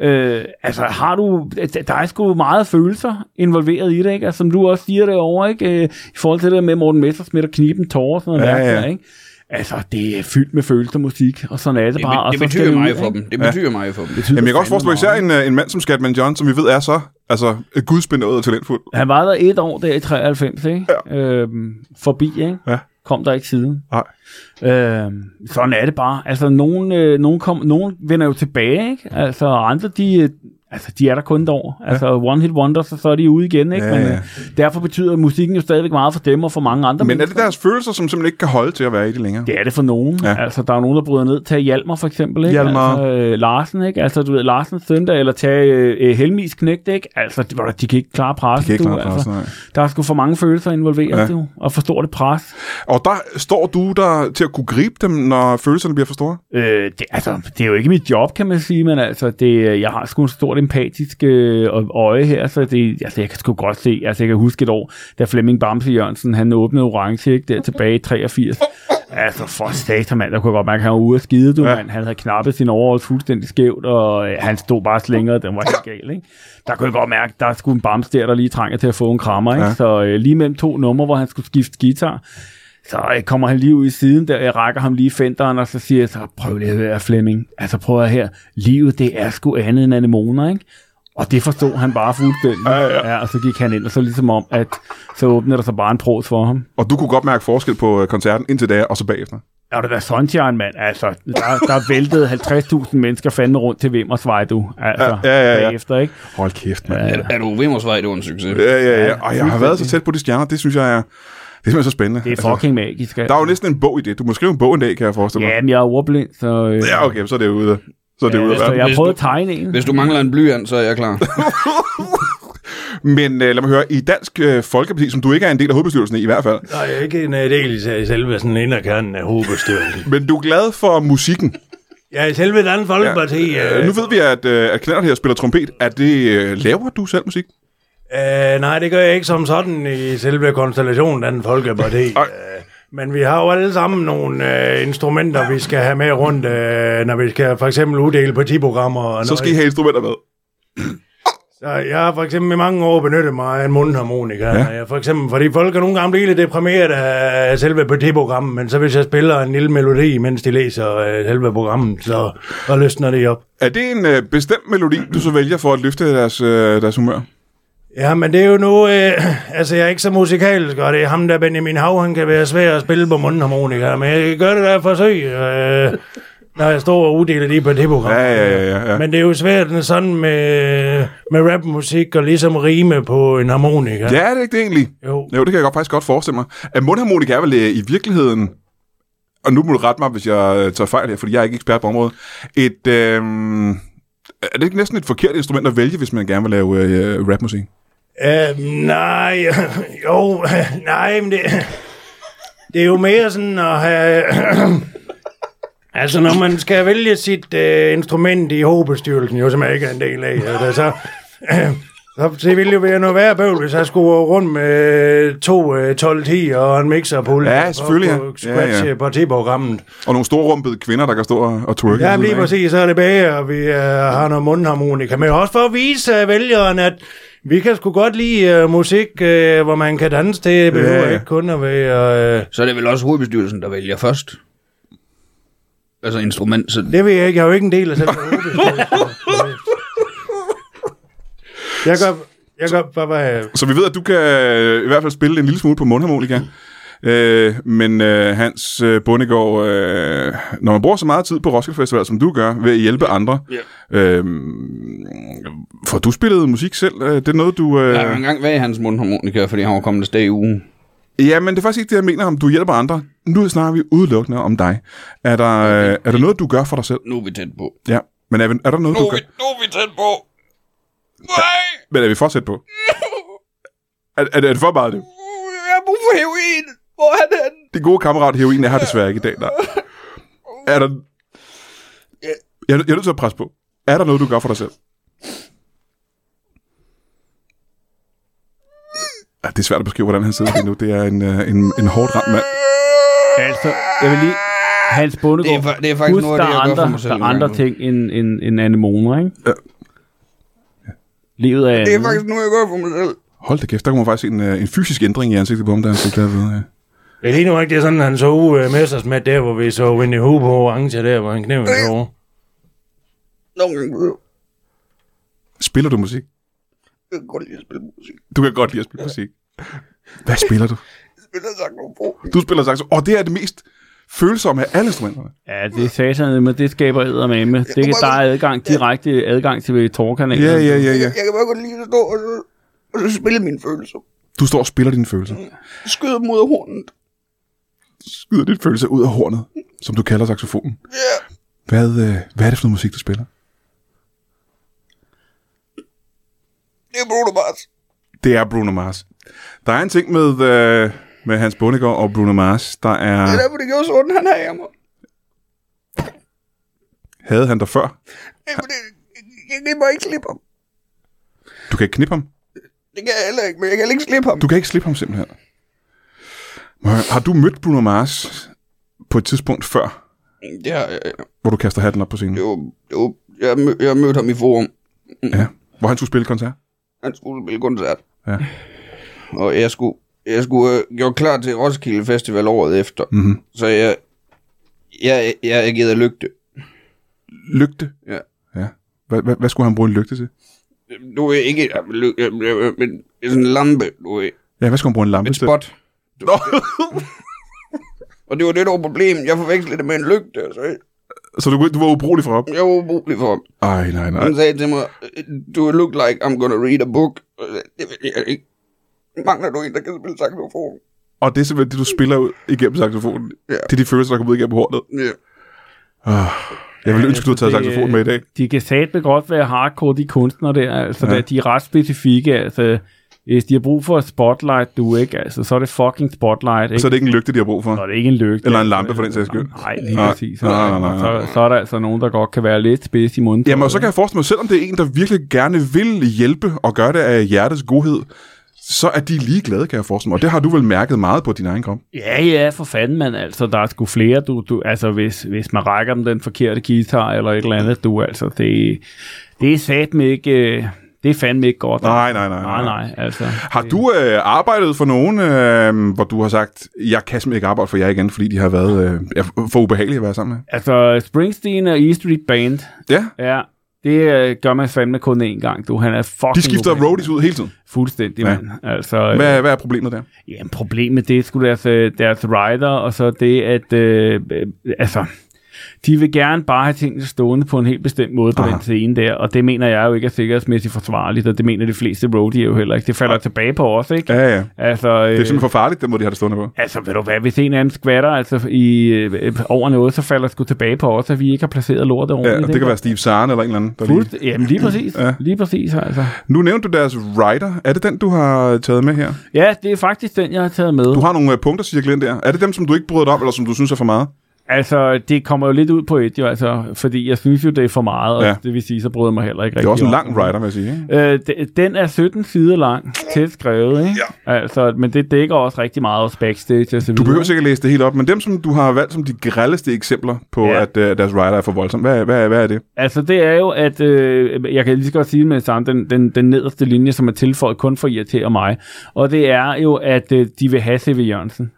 S2: Ja. Øh, altså, har du... der- Der er sgu meget følelser involveret i det, ikke? Altså, som du også siger derovre, ikke? Øh, I forhold til det der med Morten Messersmith og kniben tårer og sådan noget.
S1: Ja,
S2: mærkeligt,
S1: ja.
S2: Ikke? Altså, det er fyldt med følelser musik, og sådan er det,
S4: Det,
S2: bare. og
S4: det, det
S2: så skal
S4: betyder
S2: ud,
S4: meget for
S2: ikke?
S4: dem. Det betyder meget for dem.
S2: Det betyder
S1: Jamen, jeg kan også
S2: fandme
S1: forstå især
S2: meget.
S1: en, øh, en mand som Skatman John, som vi ved er så altså, gudsbenået og talentfuld.
S2: Han var der et år der i 93, ikke? Ja. Øhm, forbi, ikke?
S1: Ja.
S2: Kom der ikke siden.
S1: Nej.
S2: Øhm, sådan er det bare. Altså, nogen, øh, nogen, kom, nogen vender jo tilbage, ikke? Altså, og andre, de, øh, altså, de er der kun et år. Altså, one hit wonder, så, så er de ude igen, ikke?
S1: Ja,
S2: Men
S1: ja.
S2: øh, derfor betyder musikken jo stadigvæk meget for dem og for mange andre
S1: Men er det
S2: mennesker.
S1: deres følelser, som simpelthen ikke kan holde til at være i det længere?
S2: Det er det for nogen.
S1: Ja.
S2: Ja. Altså, der er nogen, der bryder ned. Tag Hjalmar for eksempel, ikke?
S1: Hjalmar.
S2: Altså, øh, Larsen, ikke? Altså, du ved, Larsens søn der, eller tag øh, øh, Helmis knægt, ikke? Altså, de, hvor der- de kan ikke klare
S1: Jeg kan
S2: pressen,
S1: ikke
S2: du.
S1: klare altså.
S2: Altså,
S1: nej.
S2: der er sgu for mange følelser involveret,
S1: Ja.
S2: ja. du, og for stort et pres.
S1: Og der står du der til at kunne gribe dem, når følelserne bliver for store?
S2: Øh, det, altså, det er jo ikke mit job, kan man sige, men altså, det, jeg har sgu en stort empatisk øh, øje her, så det, altså, jeg kan sgu godt se, altså, jeg kan huske et år, da Flemming Bamse Jørgensen, han åbnede orange, ikke, der tilbage i 83. Altså, for satan, mand, der kunne jeg godt mærke, at han var ude at skide, du,
S1: Ja.
S2: ja. mand. Han havde knappet sin overhold fuldstændig skævt, og øh, han stod bare og slingrede, den var helt gal, ikke? Der kunne jeg godt mærke, der skulle en bamse der, der lige trænger til at få en krammer, ikke?
S1: Ja.
S2: Ja. Så øh, lige mellem to numre, hvor han skulle skifte guitar, så øh, kommer han lige ud i siden, der jeg rækker ham lige i fenderen, og så siger jeg så, prøv lige at høre Flemming, altså prøv at høre her, livet det er sgu andet end anemoner, ikke? Og det forstod han bare fuldstændig.
S1: Ja, ja.
S2: ja, og så gik han ind, og så ligesom om, at så åbnede der sig bare en pros for ham.
S1: Og du kunne godt mærke forskel på øh, koncerten indtil da, og så bagefter.
S2: Er det da Sunshine, mand? Altså, der, der væltede 50.000 mennesker fandme rundt til Vim og Svejdu. Altså,
S1: Ja, ja, ja, ja.
S2: bagefter, ikke?
S1: Hold kæft, mand.
S4: Er, er du Vimmersvej, det var en succes.
S1: Ja, ja, ja. Og jeg har været så tæt på de stjerner, det synes jeg er... Det er simpelthen så spændende. Altså,
S2: Det er fucking magisk.
S1: der er jo næsten en bog i det. Du må skrive en bog en dag, kan jeg forestille mig.
S2: Ja, men jeg er ordblind, så... Øh,
S1: Ja, okay, så er det ude. Så er det ude af
S2: så
S1: verden.
S2: jeg har
S4: Hvis
S2: prøvet at
S4: du-
S2: tegne en.
S4: Hvis du mangler en blyant, så er jeg klar.
S1: Men øh, lad mig høre, i Dansk øh, Folkeparti, som du ikke er en del af hovedbestyrelsen i, i hvert fald,
S3: Nej, jeg er ikke en øh, del i selve sådan inderkernen af hovedbestyrelsen.
S1: men du er glad for musikken.
S3: ja, i selve Dansk Folkeparti... Ja,
S1: Øh, nu ved vi, at, øh, at Knallert her spiller trompet. Er det, øh, laver du selv musik?
S3: Øh, nej, det gør jeg ikke som sådan i selve konstellationen af den folkeparti. Øh, men vi har jo alle sammen nogle øh, instrumenter, vi skal have med rundt, øh, når vi skal for eksempel uddele partiprogrammer. Og
S1: Så skal I have instrumenter med.
S3: Så jeg har for eksempel i mange år benyttet mig af en mundharmonika. Ja. Jeg for eksempel, fordi folk er nogle gange lidt deprimeret af selve partiprogrammet, men så hvis jeg spiller en lille melodi, mens de læser øh, selve programmet, så og løsner det op.
S1: Er det en øh, bestemt melodi, du så vælger for at løfte deres, øh, deres humør?
S3: Ja, men det er jo nu... Øh, altså, jeg er ikke så musikalsk, og det er ham der, Benjamin Hav, han kan være svær at spille på mundharmonika, men jeg gør det der forsøg, øh, når jeg står og uddeler de på det program.
S1: Ja, ja, ja. ja, ja.
S3: Men det er jo svært når sådan med, med rapmusik og ligesom rime på en harmonika.
S1: ja, er det ikke det egentlig?
S3: Jo.
S1: Jo, det kan jeg godt, faktisk godt forestille mig. At mundharmonika er vel øh, i virkeligheden, og nu må du rette mig, hvis jeg øh, tager fejl her, fordi jeg er ikke ekspert på området, et, øh, er det ikke næsten et forkert instrument at vælge, hvis man gerne vil lave øh, rapmusik?
S3: Øh, nej, jo, nej, men det, det er jo mere sådan at have... altså, når man skal vælge sit øh, instrument i hovedbestyrelsen, jo, som jeg ikke er en del af, altså, så, øh, så det ville jo være noget værre bøvl, hvis jeg skulle rundt med to øh, 12-10 og en mixerpult.
S1: Ja, selvfølgelig, ja.
S3: Og scratch
S1: Ja,
S3: ja,
S1: ja.
S3: ja. partiprogrammet.
S1: Og nogle storrumpede kvinder, der kan stå og, og twerke.
S3: Ja, lige
S1: Sådan, ikke?
S3: præcis, så er det bage, og vi øh, har noget mundharmonika med. Også for at vise øh, vælgerne, at vi kan sgu godt lide øh, musik, øh, hvor man kan danse til. Det behøver
S1: Ja.
S3: ikke kun at være... Øh,
S4: Så er det vel også hovedbestyrelsen, der vælger først. Altså instrument. Så
S3: det ved jeg ikke, jeg er jo ikke en del af selv. jeg gør... Jeg gør bare, hvad,
S1: Så vi ved, at du kan øh, i hvert fald spille en lille smule på mundharmonika. Øh, men øh, Hans øh, Bundegård, øh, når man bruger så meget tid på Roskilde Festival, som du gør, ved at hjælpe andre, yeah. øh, får du spillet musik selv? Øh, Det er noget, du... Øh,
S4: jeg har jo engang været i hans mundharmonika, fordi han var kommet afsted i ugen.
S1: Ja, men det er faktisk ikke det, jeg mener, om du hjælper andre. Nu snakker vi udelukkende om dig. Er der, øh, er der noget, du gør for dig selv?
S4: Nu er vi tæt på.
S1: Ja. Men er, vi- er der noget,
S4: Nu
S1: du
S4: er
S1: kan...
S4: vi, nu er vi tæt på. Nej!
S1: Men er vi fortsat på? Er, er, det- er det for meget det?
S4: Uh, Jeg har brug for heroin. Hvor er den?
S1: Det gode kammerat heroin er her desværre ikke i dag. Nej. Er der... Jeg, jeg er nødt til at presse på. Er der noget, du gør for dig selv? Ja, det er svært at beskrive, hvordan han sidder lige nu. Det er en, øh, en, en hårdt ramt mand.
S2: Altså, jeg vil lige... Hans Bundegård,
S4: Det er fa- det er faktisk
S2: husk,
S4: noget af det,
S2: der
S4: jeg gør for
S2: andre,
S4: mig selv
S2: Der er
S4: nogle
S2: andre
S4: gange.
S2: ting end, end, end anemoner, ikke?
S1: Ja.
S2: Livet er...
S4: Det er faktisk nu, jeg gør for mig selv.
S1: Hold da kæft, der kunne man faktisk se en, øh, en fysisk ændring i ansigtet på ham, da han fik det her ved. øh.
S3: Det er lige nu ikke, det er sådan, han så uh, Messersmith der, hvor vi så Winnie Hoop på orange der, hvor han knævede sig over.
S4: Nogle gange behøver
S1: Spiller du musik?
S4: jeg kan godt lide at spille musik.
S1: Du kan godt lide at spille musik. Hvad spiller du?
S4: Jeg spiller saxofon.
S1: Du spiller saxo. Og det er det mest følsomme af alle instrumenterne.
S2: Ja, det er satan, men det skaber eddermame. Det kan,
S4: må
S2: der
S4: godt-
S2: er adgang, direkte adgang til Tor-kanalen.
S1: Ja, ja, ja, ja.
S4: Jeg kan bare godt lide at stå og, så- og så spille mine følelser.
S1: Du står og spiller dine følelser.
S4: Skyde dem ud af hornet.
S1: Skyder dine følelser ud af hornet, som du kalder saxofonen.
S4: Ja.
S1: Hvad, øh, hvad er det for noget musik, du spiller?
S4: Det er Bruno Mars.
S1: Det er Bruno Mars. Der er en ting med, øh, med Hans Bundegård og Bruno Mars, der er...
S4: Det er derfor, det gjorde sådan, han har mig.
S1: Havde han der før?
S4: Det er fordi, jeg kan bare ikke slippe ham.
S1: Du kan ikke knippe ham.
S4: Det kan jeg heller ikke, men jeg kan heller ikke slippe ham.
S1: Du kan ikke slippe ham simpelthen. Må jeg- Har du mødt Bruno Mars på et tidspunkt før,
S4: Det har jeg, ja.
S1: hvor du kaster hatten op på scenen?
S4: det var, det var, jeg, mød, jeg mødte ham i forum.
S1: Ja. Hvor han skulle spille koncert?
S4: Han skulle spille koncert.
S1: Ja.
S4: Og jeg skulle, jeg skulle øh, gøre klar til Roskilde Festival året efter.
S1: Mhm.
S4: Så jeg, jeg, jeg, jeg gider lygte.
S1: Lygte?
S4: Ja.
S1: Ja. Hvad, hvad, hvad skulle han bruge en lygte til?
S4: Du er ikke, ja, men lyg- ja, ja, ja, men det er sådan en lampe, du er
S1: Ja, hvad skulle han bruge en lampe
S4: et
S1: til?
S4: spot.
S1: Nå.
S4: Og det var det, der var problemet. Jeg forvekslede det med en lygte, så jeg,
S1: Så du, du var ubrugelig for op?
S4: jeg var ubrugelig for ham.
S1: Ej, nej, nej.
S4: Han sagde til mig, du look like I'm gonna read a book. Og jeg sagde, Det vil jeg ikke. Mangler du en, der kan spille saxofon?
S1: Og det er simpelthen det, du spiller ud igennem saxofonen.
S4: Ja.
S1: Det er de følelser, der kommer ud igennem hornet.
S4: Ja.
S1: Jeg ville
S2: Ja,
S1: ønske, du havde
S2: altså,
S1: taget
S2: det-
S1: saxofon med i dag.
S2: De kan satme godt være hardcore, de kunstnere der. Altså,
S1: Ja.
S2: ja. de er ret specifikke. Altså, hvis de har brug for et spotlight, du ikke, altså, så er det fucking spotlight, ikke?
S1: Så er det ikke en lygte, de har brug for.
S2: Så er det ikke en lygte.
S1: Eller en lampe, for den sags skyld.
S2: Nej, lige
S1: Nej,
S2: præcis.
S1: nej, nej, nej, nej.
S2: Så, så er der altså nogen, der godt kan være lidt spids i munden.
S1: Jamen, og så kan jeg forestille mig, selvom det er en, der virkelig gerne vil hjælpe og gøre det af hjertets godhed, så er de ligeglade, kan jeg forestille mig. Og det har du vel mærket meget på din egen krop.
S2: Ja, ja, for fanden, man. Altså, der er sgu flere, du, du, altså, hvis, hvis man rækker dem den forkerte guitar eller et eller andet, du, altså, det, det er satme ikke, øh, det er fandme ikke godt.
S1: Nej, nej, nej, nej.
S2: Nej, nej, altså.
S1: Har du øh, arbejdet for nogen, øh, hvor du har sagt, jeg kan simpelthen ikke arbejde for jer igen, fordi de har været øh, er for ubehagelige at være sammen med?
S2: Altså, Springsteen og E Street Band,
S1: Ja,
S2: ja, det øh, gør man fandme kun én gang, du. Han er fucking...
S1: de skifter
S2: ubehagelig.
S1: roadies ud hele tiden.
S2: Fuldstændig,
S1: Ja.
S2: ja. mand. Altså,
S1: Hvad, hvad er problemet der?
S2: Jamen, problemet det er sgu deres, øh, deres rider, og så det, at øh, øh, altså, de vil gerne bare have tingene stående på en helt bestemt måde på
S1: Aha.
S2: Aha. den scene der, og det mener jeg jo ikke er sikkerhedsmæssigt forsvarligt, og det mener de fleste roadie jo heller ikke. Det falder tilbage på os, ikke?
S1: Ja, ja.
S2: Altså, øh,
S1: Det er simpelthen for farligt, den måde, de har det stående på.
S2: Altså, ved du hvad, hvis en anden skvatter altså, i, øh, øh, over noget, så falder det sgu tilbage på os, at vi ikke har placeret lortet
S1: Ja,
S2: ordentligt.
S1: og det kan være Steve Zahn eller en eller anden. Der lige...
S2: Fuldt, jamen lige præcis,
S1: Ja.
S2: ja. lige præcis altså.
S1: Nu nævnte du deres rider. Er det den, du har taget med her?
S2: Ja, det er faktisk den, jeg har taget med.
S1: Du har nogle øh, punkter, siger Glenn der. Er det dem, som du ikke bryder dig om, eller som du synes er for meget?
S2: Altså, det kommer jo lidt ud på et, jo, altså, fordi jeg synes jo, det er for meget, og
S1: Ja.
S2: ja. det vil sige, så bryder jeg mig heller ikke
S1: Det
S2: rigtig
S1: er også en
S2: om
S1: lang rider, vil jeg sige. Ikke?
S2: den. Øh, de- den er 17 sider lang, tæt skrevet, ikke? Ja. Altså, men det dækker også rigtig meget også backstage og så
S1: Du
S2: videre.
S1: behøver sikkert læse det helt op, men dem, som du har valgt som de grelleste eksempler på, ja.
S2: Ja.
S1: at øh, deres rider er for voldsom, hvad, hvad, hvad er det?
S2: Altså, det er jo, at øh, jeg kan lige så godt sige det med det samme, den, den, den nederste linje, som er tilføjet kun for at irritere mig, og det er jo, at øh, de vil have C.V. Jørgensen.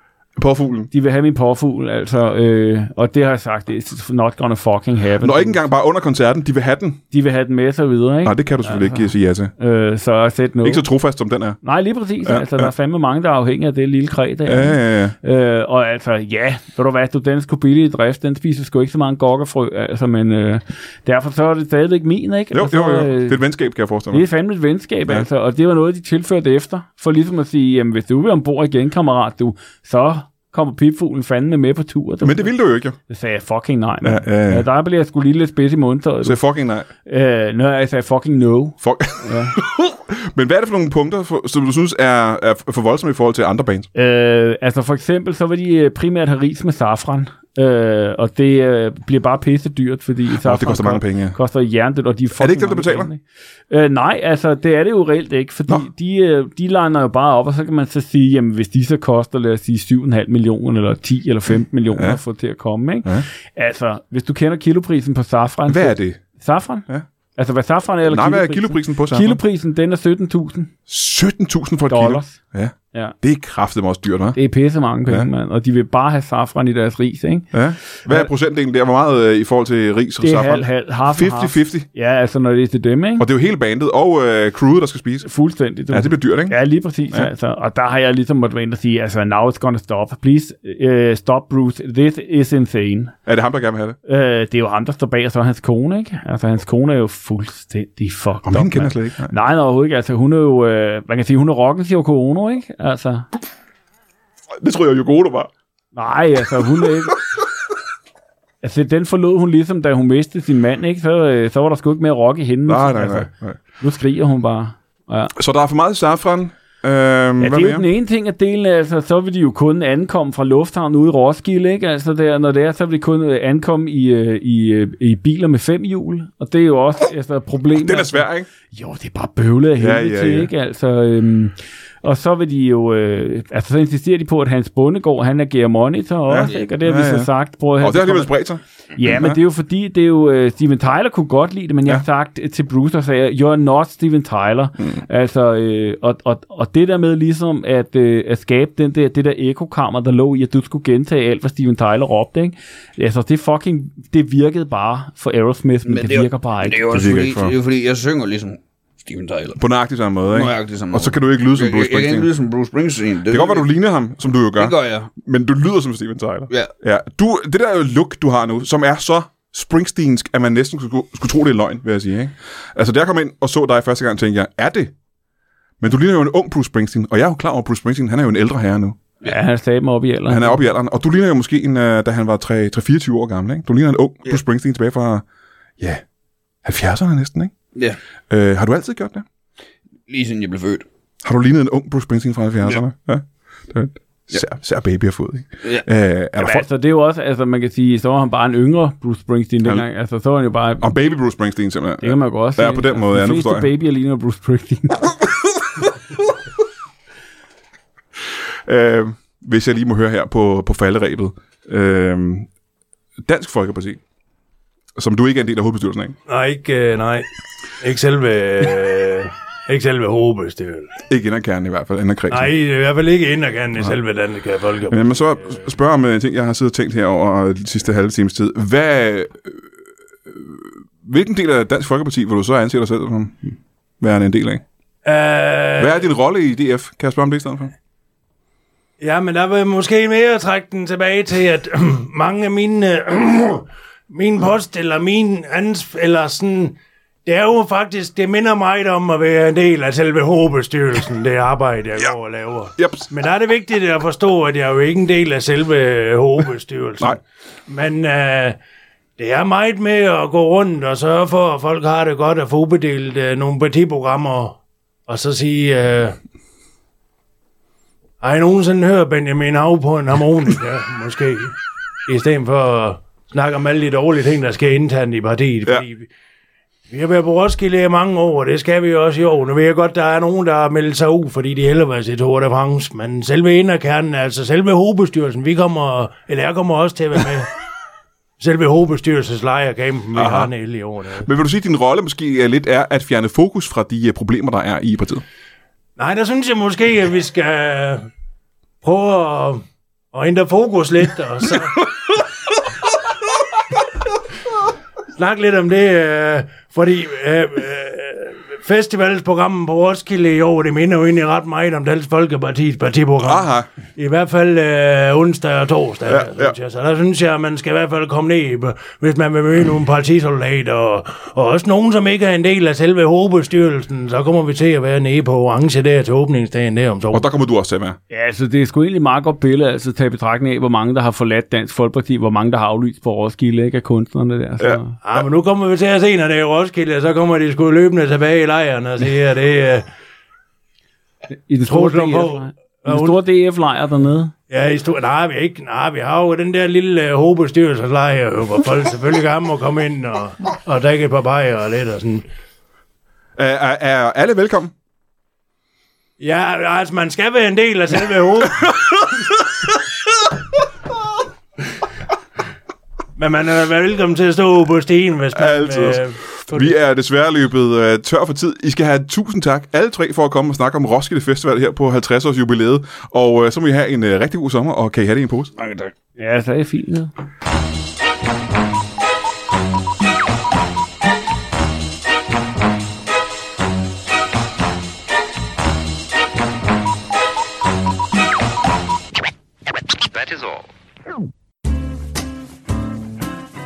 S1: Påfuglen.
S2: De vil have min påfugl, altså, øh, og det har jeg sagt, it's not gonna fucking happen.
S1: Når ikke engang bare under koncerten, de vil have den.
S2: De vil have den med og så videre, ikke?
S1: Nej, det kan du selvfølgelig ikke øh, sige ja til.
S2: Øh, så sæt noget.
S1: Ikke så trofast, som den er.
S2: Nej, lige præcis.
S1: Ja,
S2: Ja, altså,
S1: ja.
S2: der er fandme mange, der er afhængige af det lille kræ der.
S1: Ja, ja, ja.
S2: Øh, og altså, ja, ved du hvad, du, den skulle billig i drift, den spiser sgu ikke så mange gokkefrø, altså, men øh, derfor så er det stadigvæk min, ikke?
S1: Jo,
S2: altså,
S1: jo, jo. øh, Det er
S2: det,
S1: et venskab, kan jeg forestille
S2: det
S1: mig.
S2: er fandme et venskab,
S1: Ja.
S2: ja. altså, og det var noget, de tilførte efter, for ligesom at sige, jamen, hvis du vil ombord igen, kammerat, du, så kommer pipfuglen fandme med på tur. Du.
S1: Men det ville du jo ikke, jo.
S2: Det sagde jeg fucking nej, mand.
S1: Ja, ja, ja.
S2: ja. Der blev jeg sgu lige lidt spids i mundtøjet.
S1: Så fucking nej.
S2: Øh, når jeg sagde fucking no.
S1: Fuck. Ja. Men hvad er det for nogle punkter, for, som du synes er, er for voldsomme i forhold til andre bands?
S2: Øh, altså for eksempel, så vil de øh, primært have ris med safran. Øh, og det øh, bliver bare pisse dyrt, fordi safran
S1: koster mange
S2: ko-
S1: penge, ja.
S2: koster jerndødt, og de er
S1: det ikke dem, der
S2: fucking mange
S1: betaler?
S2: penge. Øh, nej, altså det er det jo reelt ikke, fordi
S1: Nå.
S2: de, øh, de liner jo bare op, og så kan man så sige, jamen hvis de så koster, lad os sige 7,5 millioner, eller 10 eller 15 millioner
S1: Ja.
S2: ja. at få til at komme, ikke?
S1: Ja.
S2: Altså, hvis du kender kiloprisen på safran...
S1: Hvad er
S2: så-
S1: det?
S2: Safran?
S1: Ja.
S2: Altså hvad safran er, eller
S1: Nej, hvad er
S2: kiloprisen?
S1: kiloprisen på sig?
S2: Kiloprisen, den er 17.000
S1: 17.000 for et kilo.
S2: dollars.
S1: Ja.
S2: Ja.
S1: Det er kraftigt også dyrt, hva'?
S2: Det er pisse mange penge,
S1: Ja.
S2: ja. mand. Og de vil bare have safran i deres ris, ikke?
S1: Ja. Hvad er procentdelen der? Hvor meget øh, i forhold til ris og
S2: Det er
S1: safran?
S2: halv, halv, half, and half.
S1: 50-50.
S2: Ja, altså når det er til dem, ikke?
S1: Og det er jo hele bandet og øh, crewet, der skal spise.
S2: Fuldstændig. Du.
S1: Ja, det bliver dyrt, ikke?
S2: Ja, lige præcis.
S1: Ja.
S2: Ja. Altså. Og der har jeg ligesom måtte være inde og sige, altså, now it's gonna stop. Please, uh, stop, Bruce. This is insane.
S1: Er det ham, der gerne vil have det?
S2: Uh, det er jo ham, der står bag, og så hans kone, ikke? Altså, hans kone er jo fuldstændig fucked
S1: Om
S2: up,
S1: hende kender
S2: mand.
S1: jeg slet ikke. Nej.
S2: Nej, nej, overhovedet ikke. Altså, hun er jo, øh, man kan sige, hun er rockens Yoko Ono, ikke? Altså,
S1: Det tror jeg jo gode, var.
S2: Nej, altså hun er ikke... Altså, den forlod hun ligesom, da hun mistede sin mand, ikke? Så, øh, så var der sgu ikke mere rock i hende.
S1: Nej, nej, nej.
S2: Altså,
S1: nej.
S2: nu skriger hun bare. Ja,
S1: Så der er for meget safran. Øhm,
S2: ja
S1: hvad
S2: det er jo
S1: mere?
S2: den ene ting at dele, altså, så vil de jo kun ankomme fra lufthavnen ude i Roskilde, ikke? Altså, der, når det er, så vil de kun øh, ankomme i, øh, i, øh, i biler med fem hjul, og det er jo også altså, et problem.
S1: Den er
S2: altså.
S1: svær, ikke?
S2: Jo, det er bare bøvlet af helvede
S1: Ja, ja,
S2: til,
S1: ja.
S2: ikke? Altså, øhm, og så vil de jo, øh, altså så insisterer de på, at Hans Bundegård, han agerer monitor også, ikke? Og det har
S1: Ja,
S2: vi
S1: ja.
S2: så sagt, prøv at
S1: Og
S2: høre,
S1: det har
S2: så
S1: alligevel spredt sig.
S2: Ja, men det er jo fordi, det er jo, øh, Steven Tyler kunne godt lide det, men jeg har sagt til Bruce, og sagde, you're not Steven Tyler. Mm. Altså, øh, og, og, og det der med ligesom at, øh, at skabe den der, det der ekokammer, der lå i, at du skulle gentage alt, hvad Steven Tyler råbte, ikke? Altså, det fucking, det virkede bare for Aerosmith, men, men det,
S4: er
S2: det
S4: jo-
S2: virker bare
S4: Det
S2: ikke.
S4: er jo også
S1: virker
S4: fordi,
S1: ikke for-
S4: det er jo fordi, jeg synger ligesom Steven Tyler.
S1: På nøjagtig samme måde, ikke?
S4: Nøjagtigt samme
S1: Og så
S4: måde.
S1: kan du ikke lyde som
S4: Jeg-
S1: Bruce
S4: Jeg, jeg kan
S1: Springsteen.
S4: ikke lyde som Bruce Springsteen.
S1: Det kan godt være, du ligner ham, som du jo gør.
S4: Det gør jeg.
S1: Men du lyder som Steven Tyler.
S4: Ja.
S1: ja. Du, det der look, du har nu, som er så springsteensk, at man næsten skulle, skulle tro, det er løgn, vil jeg sige. Ikke? Altså, da jeg kom ind og så dig første gang, tænkte jeg, er det? Men du ligner jo en ung Bruce Springsteen, og jeg er jo klar over, at Bruce Springsteen, han er jo en ældre herre nu.
S2: Ja, han sagde mig op i alderen.
S1: Han er oppe i alderen, og du ligner jo måske en, øh, da han var 3-24 år gammel, ikke? Du ligner en ung yeah. Bruce Springsteen tilbage fra, ja, 70'erne næsten, ikke?
S4: Ja,
S1: Øh, har du altid gjort det?
S4: lige siden jeg blev født.
S1: Har du lignet en ung Bruce Springsteen fra 70'erne? Ja. ja. Det er et Sær, sær baby har fået, ikke? Øh,
S4: Ja.
S1: er der
S2: Jamen,
S1: folk?
S2: altså, det er jo også, altså man kan sige, så var han bare en yngre Bruce Springsteen dengang. Altså, så var han jo bare...
S1: Om baby Bruce Springsteen, simpelthen.
S2: Det kan man jo også
S1: Ja,
S2: sige. Altså,
S1: på den måde, ja, nu
S2: de
S1: forstår jeg.
S2: fleste babyer ligner Bruce Springsteen.
S1: øh, hvis jeg lige må høre her på, på falderæbet. Øh, Dansk Folkeparti, som du ikke er en del af hovedbestyrelsen af.
S3: Nej, ikke, øh, nej. Ikke selve... Øh, ikke selve hovedbestyrelsen.
S1: Ikke inderkernen i hvert fald, inderkredsen.
S3: Nej, i hvert fald ikke inderkanden i selve Danske Folkeparti.
S1: Men man så spørger om øh, en ting, jeg har siddet og tænkt her over de sidste halve times tid. Hvad, øh, hvilken del af Dansk Folkeparti vil du så anse dig selv som værende en del af?
S3: Øh,
S1: Hvad er din rolle i DF? Kan jeg spørge om det i stedet for?
S3: ja, men der vil måske mere trække den tilbage til, at øh, mange af mine... Øh, min post eller min ans... Eller sådan... Det er jo faktisk, det minder mig om at være en del af selve hovedbestyrelsen, det arbejde, jeg går og laver.
S1: Yep.
S3: Men der er det vigtigt at forstå, at jeg er jo ikke en del af selve hovedbestyrelsen.
S1: Nej.
S3: Men øh, det er meget med at gå rundt og sørge for, at folk har det godt at få uddelt øh, nogle partiprogrammer, og så sige, øh, har I nogensinde hørt Benjamin Hav på en harmonika, måske? I stedet for at snakke om alle de dårlige ting, der sker internt i partiet.
S1: Ja.
S3: Fordi vi- vi har været på Roskilde i mange år, og det skal vi også i år. Nu ved jeg godt, der er nogen, der har meldt sig ud, fordi de hellere vil se Tour de France. Men selve inderkernen, altså selve hovedbestyrelsen, vi kommer, eller jeg kommer også til at være med. selve hovedbestyrelseslejrekampen, vi har nede i år. Der.
S1: Men vil du sige, at din rolle måske er lidt er at fjerne fokus fra de øh, problemer, der er i partiet?
S3: Nej, der synes jeg måske, at vi skal prøve at, at ændre fokus lidt, og så... Snak lidt om det, øh, fordi øh, øh, festivalsprogrammet på Roskilde i år, det minder jo egentlig ret meget om Dansk Folkeparti's partiprogram.
S1: Aha.
S3: I hvert fald øh, onsdag og torsdag,
S1: Ja,
S3: ja, synes
S1: ja.
S3: ja. jeg. Så der synes jeg, at man skal i hvert fald komme ned, i, hvis man vil møde nogle partisoldater, og, og også nogen, som ikke er en del af selve hovedbestyrelsen, så kommer vi til at være nede på orange der til åbningsdagen der om
S1: Og
S3: torsdag.
S1: der kommer du også til at være.
S2: Ja, altså det er sgu egentlig meget godt billede, altså tage i betragtning af, hvor mange der har forladt Dansk Folkeparti, hvor mange der har aflyst på Roskilde, ikke af kunstnerne der. Så.
S1: Ja.
S2: Ja.
S3: Ja, Ah, men nu kommer vi til at se, når det er Roskilde, og så kommer de sgu løbende tilbage i lejren og siger, at det øh,
S2: I den store
S3: Trusler på.
S2: DF, i den store DF-lejr dernede.
S3: Ja, i stor... Nej, vi er ikke. Nej, vi har jo den der lille øh, hovedbestyrelseslejr, øh, hvor folk selvfølgelig gerne må komme ind og, og drikke et par bajer og lidt og sådan.
S1: Er, er, er alle velkommen?
S3: Ja, altså, man skal være en del af selve hovedet. Men man er da velkommen til at stå på stien, hvis man... øh,
S1: Altid.
S3: på-
S1: Vi er desværre løbet øh, tør for tid. I skal have tusind tak, alle tre, for at komme og snakke om Roskilde Festival her på 50-års jubilæet. Og øh, så må I have en øh, rigtig god sommer, og kan I have det i en pose?
S4: Mange tak.
S2: Ja, så er det fint. Ja.
S5: That is all.